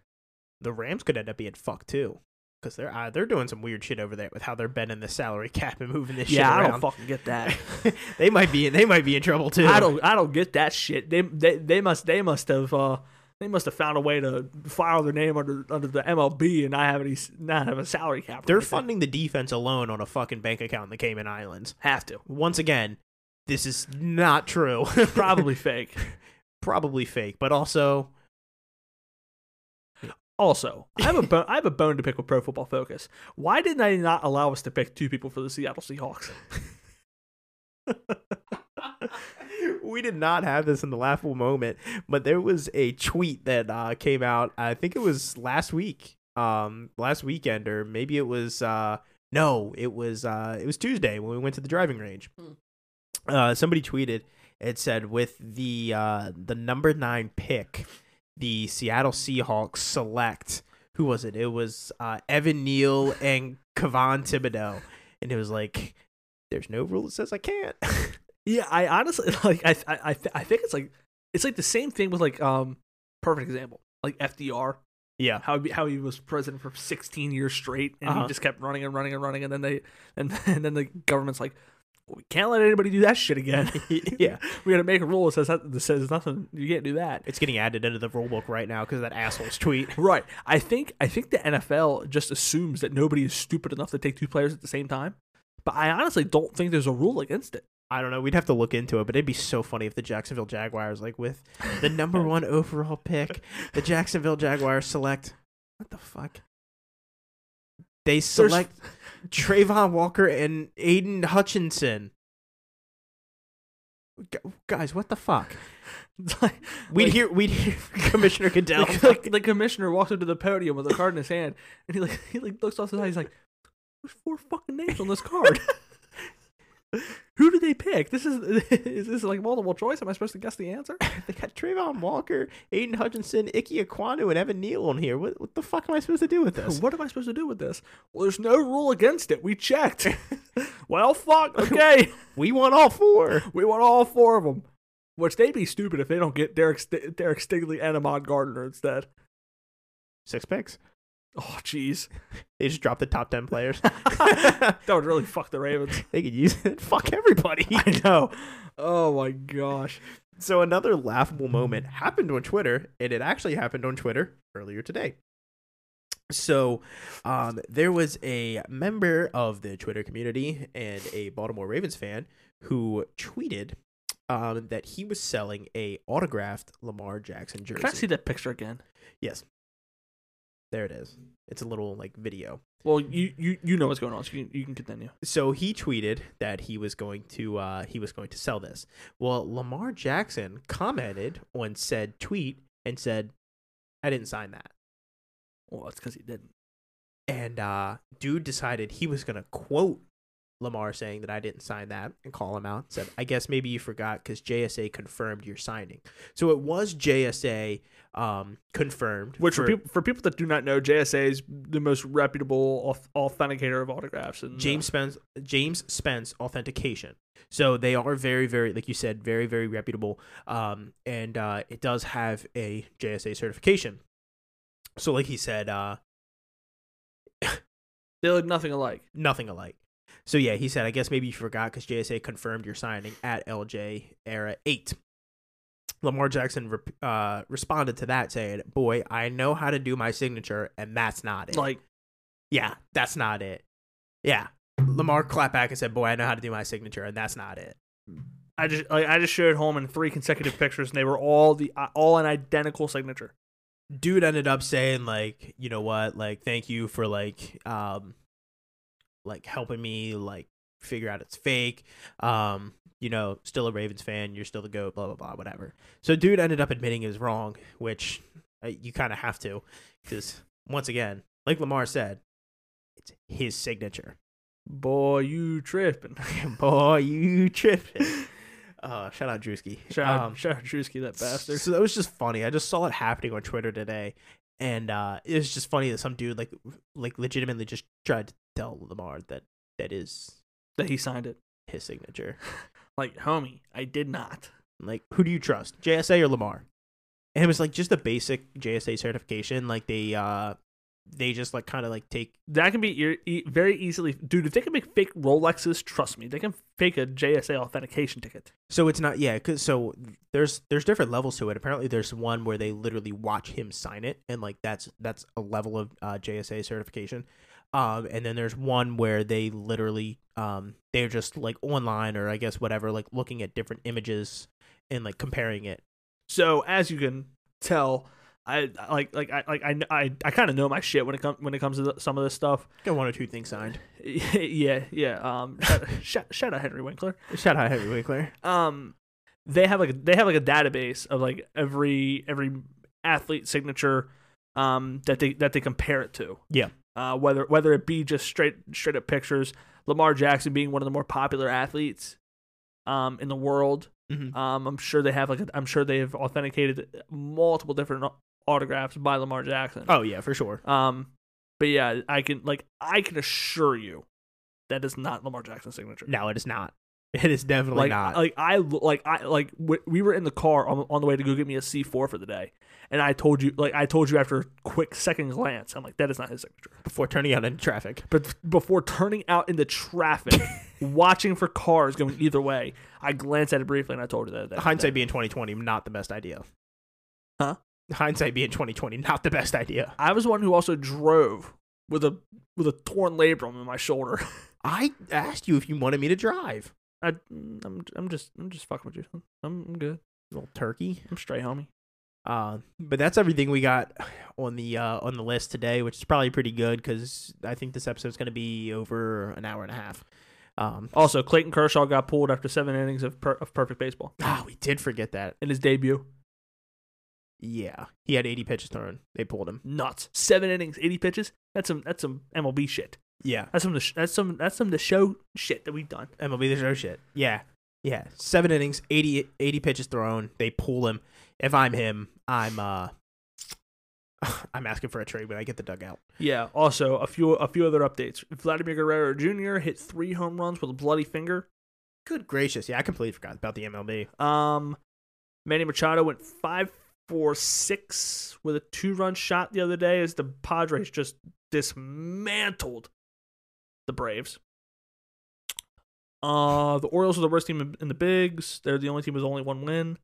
S2: The Rams could end up being fucked too, because they're uh, they're doing some weird shit over there with how they're bending the salary cap and moving this
S1: yeah, I
S2: shit
S1: don't
S2: around. [laughs]
S1: fucking get that.
S2: they might be they might be in trouble too.
S1: I don't I don't get that shit. They they they must they must have uh they must have found a way to file their name under under the MLB and not have any not have a salary cap. or
S2: They're
S1: anything.
S2: funding the defense alone on a fucking bank account in the Cayman Islands.
S1: Have to
S2: Once again, this is not true. [laughs]
S1: probably fake.
S2: probably fake, but also
S1: Also, I have a bone. I have a bone to pick with Pro Football Focus. Why did they not allow us to pick two people for the Seattle Seahawks?
S2: [laughs] we did not have this in the laughable moment, but there was a tweet that uh, came out. I think it was last week, um, last weekend, or maybe it was uh, no, it was uh, it was Tuesday when we went to the driving range. Uh, somebody tweeted. It said with the uh, the number nine pick, the Seattle Seahawks select. Who was it? It was uh, Evan Neal and Kavon Thibodeau, and it was like, "There's no rule that says I can't." [laughs]
S1: Yeah, I honestly [laughs] like. I I I, th- I think it's like it's like the same thing with like um perfect example like FDR
S2: yeah,
S1: how he- how he was president for 16 years straight and
S2: Uh-huh.
S1: he just kept running and running and running and then they and, [laughs] and then the government's like we can't let anybody do that shit again. [laughs]
S2: [laughs] Yeah.
S1: we got to make a rule that says that that says nothing. You can't do that.
S2: It's getting added into the rule book right now because that asshole's tweet.
S1: Right. I think I think the NFL just assumes that nobody is stupid enough to take two players at the same time. But I honestly don't think there's a rule against it.
S2: I don't know. We'd have to look into it, but it'd be so funny if the Jacksonville Jaguars, like with the [laughs] number one overall pick, the Jacksonville Jaguars select what the fuck? They select Trayvon Walker and Aiden Hutchinson. Gu- Guys, what the fuck?
S1: [laughs] like,
S2: We'd
S1: like-
S2: hear we'd [laughs] hear
S1: [laughs]
S2: Commissioner Goodell.
S1: like, like, the commissioner walks up to the podium with a card in his hand, and he like he like looks off to the side. He's like, "There's four fucking names on this [laughs] card. Who did they pick? This is [laughs] is this like multiple choice? Am I supposed to guess the answer?
S2: [laughs] they got Trayvon Walker, Aiden Hutchinson, Ike Aquanu, and Evan Neal on here. What, what the fuck am I supposed to do with this?
S1: What am I supposed to do with this? Well, there's no rule against it. We [laughs] checked. well, [laughs] fuck. Okay.
S2: We want all four.
S1: We want all four of them. Which they'd be stupid if they don't get Derek St- Derek Stingley and Ahmad Gardner instead.
S2: Six picks.
S1: Oh, [laughs] jeez,
S2: They just dropped the top
S1: [laughs]
S2: ten players. [laughs]
S1: that would really fuck the Ravens.
S2: they could use it. Fuck everybody.
S1: I know. Oh my gosh.
S2: So another laughable moment happened on Twitter, and it actually happened on Twitter earlier today. So, um, there was a member of the Twitter community and a Baltimore Ravens fan who tweeted um, that he was selling a autographed Lamar Jackson jersey.
S1: Can I see that picture again?
S2: Yes, there it is. It's a little like video.
S1: Well, you you, you know what's going on. So you, can- you can continue.
S2: so he tweeted that he was going to uh, he was going to sell this. Well, Lamar Jackson commented on said tweet and said, "I didn't sign that."
S1: Well, that's because he didn't.
S2: And uh, dude decided he was gonna quote Lamar saying that I didn't sign that and call him out. Said, "I guess maybe you forgot because JSA confirmed your signing." So it was JSA um, confirmed,
S1: Which for, people for people that do not know, JSA is the most reputable auth- authenticator of autographs. And uh,
S2: James Spence James Spence authentication. So they are very very like you said very very reputable um and uh it does have a JSA certification. So like he said uh
S1: they look nothing alike.
S2: nothing alike. So yeah, he said I guess maybe you forgot cuz JSA confirmed your signing at LJ era 8. Lamar Jackson rep uh, responded to that saying, "Boy, I know how to do my signature and that's not it."
S1: Like
S2: yeah, that's not it. Yeah. Lamar clapped back and said, Boy, I know how to do my signature, and that's not it.
S1: I just like I just showed home in three consecutive pictures, and they were all the uh, all an identical signature.
S2: Dude ended up saying, like, you know what, like, thank you for like um like helping me like figure out it's fake. Um, you know, still a Ravens fan, you're still the GOAT, blah blah blah, whatever. So dude ended up admitting he was wrong, which uh, you kind of have to, because once again, like Lamar said, it's his signature. [laughs]
S1: Boy, you tripping. [laughs]
S2: Boy, you tripping. Uh, shout out Drewski.
S1: Shout out,
S2: Um,
S1: shout out Drewski, that bastard.
S2: So that was just funny. I just saw it happening on Twitter today, and uh, it was just funny that some dude like like legitimately just tried to tell Lamar that that is
S1: That he signed it.
S2: his signature.
S1: Like, homie, I did not.
S2: Like, who do you trust, JSA or Lamar? And it was like just a basic JSA certification. Like they uh they just like kind of like take
S1: That can be e- e- very easily, dude. If they can make fake Rolexes, trust me, they can fake a JSA authentication ticket.
S2: So it's not yeah, 'cause- so there's there's different levels to it. Apparently, there's one where they literally watch him sign it, and like that's that's a level of uh, JSA certification. Um, and then there's one where they literally um they're just like online or I guess whatever, like looking at different images and like comparing it.
S1: So as you can tell, I I- like like I like I kn- I, I kind of know my shit when it comes when it comes to the, some of this stuff. [laughs]
S2: Got one or two things signed.
S1: yeah, yeah. Um, shout, [laughs] shout, shout out Henry Winkler.
S2: Shout out Henry Winkler.
S1: Um, they have like a, they have like a database of like every every athlete signature, um, that they that they compare it to.
S2: Yeah.
S1: Uh, whether whether it be just straight straight up pictures, Lamar Jackson being one of the more popular athletes, um, in the world.
S2: Mhm.
S1: Um, I'm sure they have like a, I'm sure they have authenticated multiple different au- autographs by Lamar Jackson.
S2: Oh yeah, for sure.
S1: Um, but yeah, I can like I can assure you that is not Lamar Jackson's signature.
S2: No, it is not. It is definitely
S1: like
S2: not.
S1: like I like I like w- we were in the car on, on the way to go get me a C four for the day, and I told you like I told you after a quick second glance, I'm like that is not his signature.
S2: Before turning out in traffic.
S1: But before turning out into
S2: [laughs]
S1: traffic, watching for cars going either way, I glanced at it briefly and I told you that. that
S2: hindsight being 2020 not the best idea
S1: Huh?
S2: hindsight being 2020 not the best idea
S1: I was the one who also drove with a with a torn labrum in my shoulder. [laughs]
S2: i asked you if you wanted me to drive
S1: I, mm, I'm I'm just I'm just fucking with you. I'm, I'm good.
S2: little turkey
S1: I'm straight, homie.
S2: uh, but that's everything we got on the uh, on the list today which is probably pretty good because i think this episode's going to be over an hour and a half um,
S1: Also, Clayton Kershaw got pulled after seven innings of, per- of perfect baseball
S2: ah we did forget that
S1: in his debut.
S2: yeah he had 80 pitches thrown they pulled him
S1: Nuts. Seven innings, eighty pitches. That's some that's some MLB shit.
S2: yeah
S1: That's some of the sh- that's some that's some of the show shit that we've done.
S2: MLB the show shit. Yeah. Yeah. Seven innings, 80, 80 pitches thrown. They pull him. If I'm him, I'm uh [sighs] I'm asking for a trade when I get the dugout.
S1: Yeah. Also, a few a few other updates. Vladimir Guerrero Jr. hit three home runs with a bloody finger.
S2: Good gracious. Yeah, I completely forgot about the MLB.
S1: Um, Manny Machado went five for six with a two run shot the other day as the Padres just dismantled the Braves. Uh, the Orioles are the worst team in- in the bigs. They're the only team with only one win.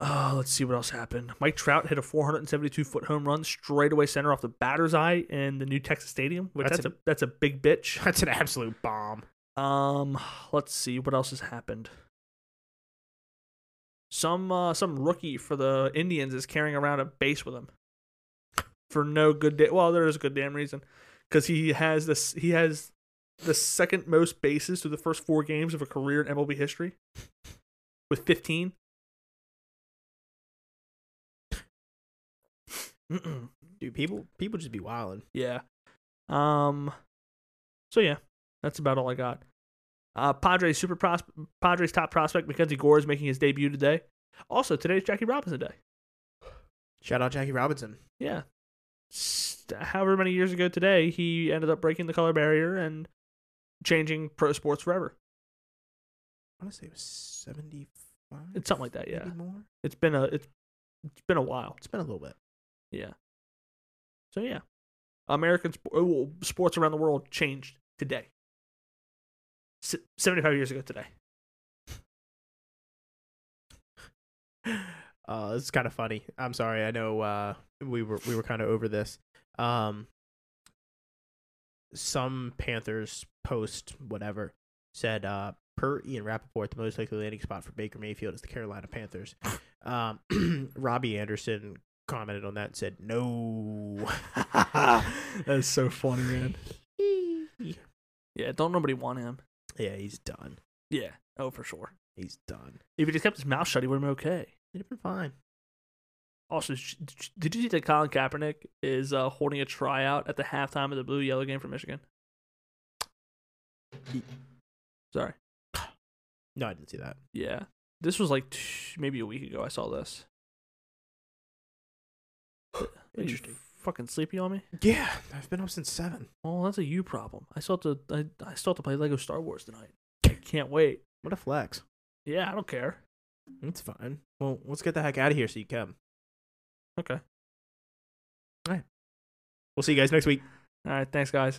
S1: Uh, let's see what else happened. Mike Trout hit a 472 foot home run straight away center off the batter's eye in the new Texas Stadium, which
S2: That's
S1: that's, a, that's a big bitch. [laughs]
S2: [laughs] That's an absolute bomb.
S1: Um, [sighs] let's see what else has happened. Some uh, some rookie for the Indians is carrying around a base with him for no good. Da- well, there is a good damn reason because he has this. He has the second most bases through the first four games of a career in MLB history, with fifteen. [sniffs] Mm-mm.
S2: Dude, people people just be wilding.
S1: Yeah. Um. So yeah, that's about all I got. Uh, Padres super pros- Padres top prospect Mackenzie Gore is making his debut today. Also, today's Jackie Robinson day.
S2: Shout out Jackie Robinson.
S1: Yeah. S- However many years ago today, he ended up breaking the color barrier and changing pro sports forever.
S2: I want to say it was seventy five.
S1: It's something like that, yeah.
S2: Maybe more.
S1: It's been a it's, it's been a while.
S2: It's been a little bit.
S1: Yeah. So yeah, American sp- oh, sports around the world changed today. S- Seventy-five years ago today.
S2: Uh, it's kind of funny. I'm sorry. I know uh, we were we were kind of over this. Um, some Panthers post whatever said uh, per Ian Rappaport, the most likely landing spot for Baker Mayfield is the
S1: [sighs]
S2: Carolina Panthers. Um, [clears throat] Robbie Anderson commented on that and said no.
S1: [laughs] That's so funny,
S2: [laughs]
S1: man.
S2: yeah,
S1: Yeah, don't nobody want him.
S2: he's done.
S1: Yeah. Oh, for sure.
S2: He's done.
S1: If he just kept his mouth shut, he would have been okay.
S2: It'd have been fine.
S1: Also, sh- sh- did you see that Colin Kaepernick is uh, holding a tryout at the halftime of the blue yellow game for Michigan? Sorry.
S2: No, I didn't see that.
S1: Yeah. This was like t- maybe a week ago I saw this. Are you
S2: Interesting.
S1: fucking sleepy on me?
S2: Yeah, I've been up since seven.
S1: Oh, that's a you problem. I still have to I, I still have to play Lego Star Wars tonight. I can't wait.
S2: What a flex.
S1: Yeah, I don't care.
S2: It's fine. Well, let's get the heck out of here so you can.
S1: Okay.
S2: We'll see you guys next week.
S1: All right, thanks guys.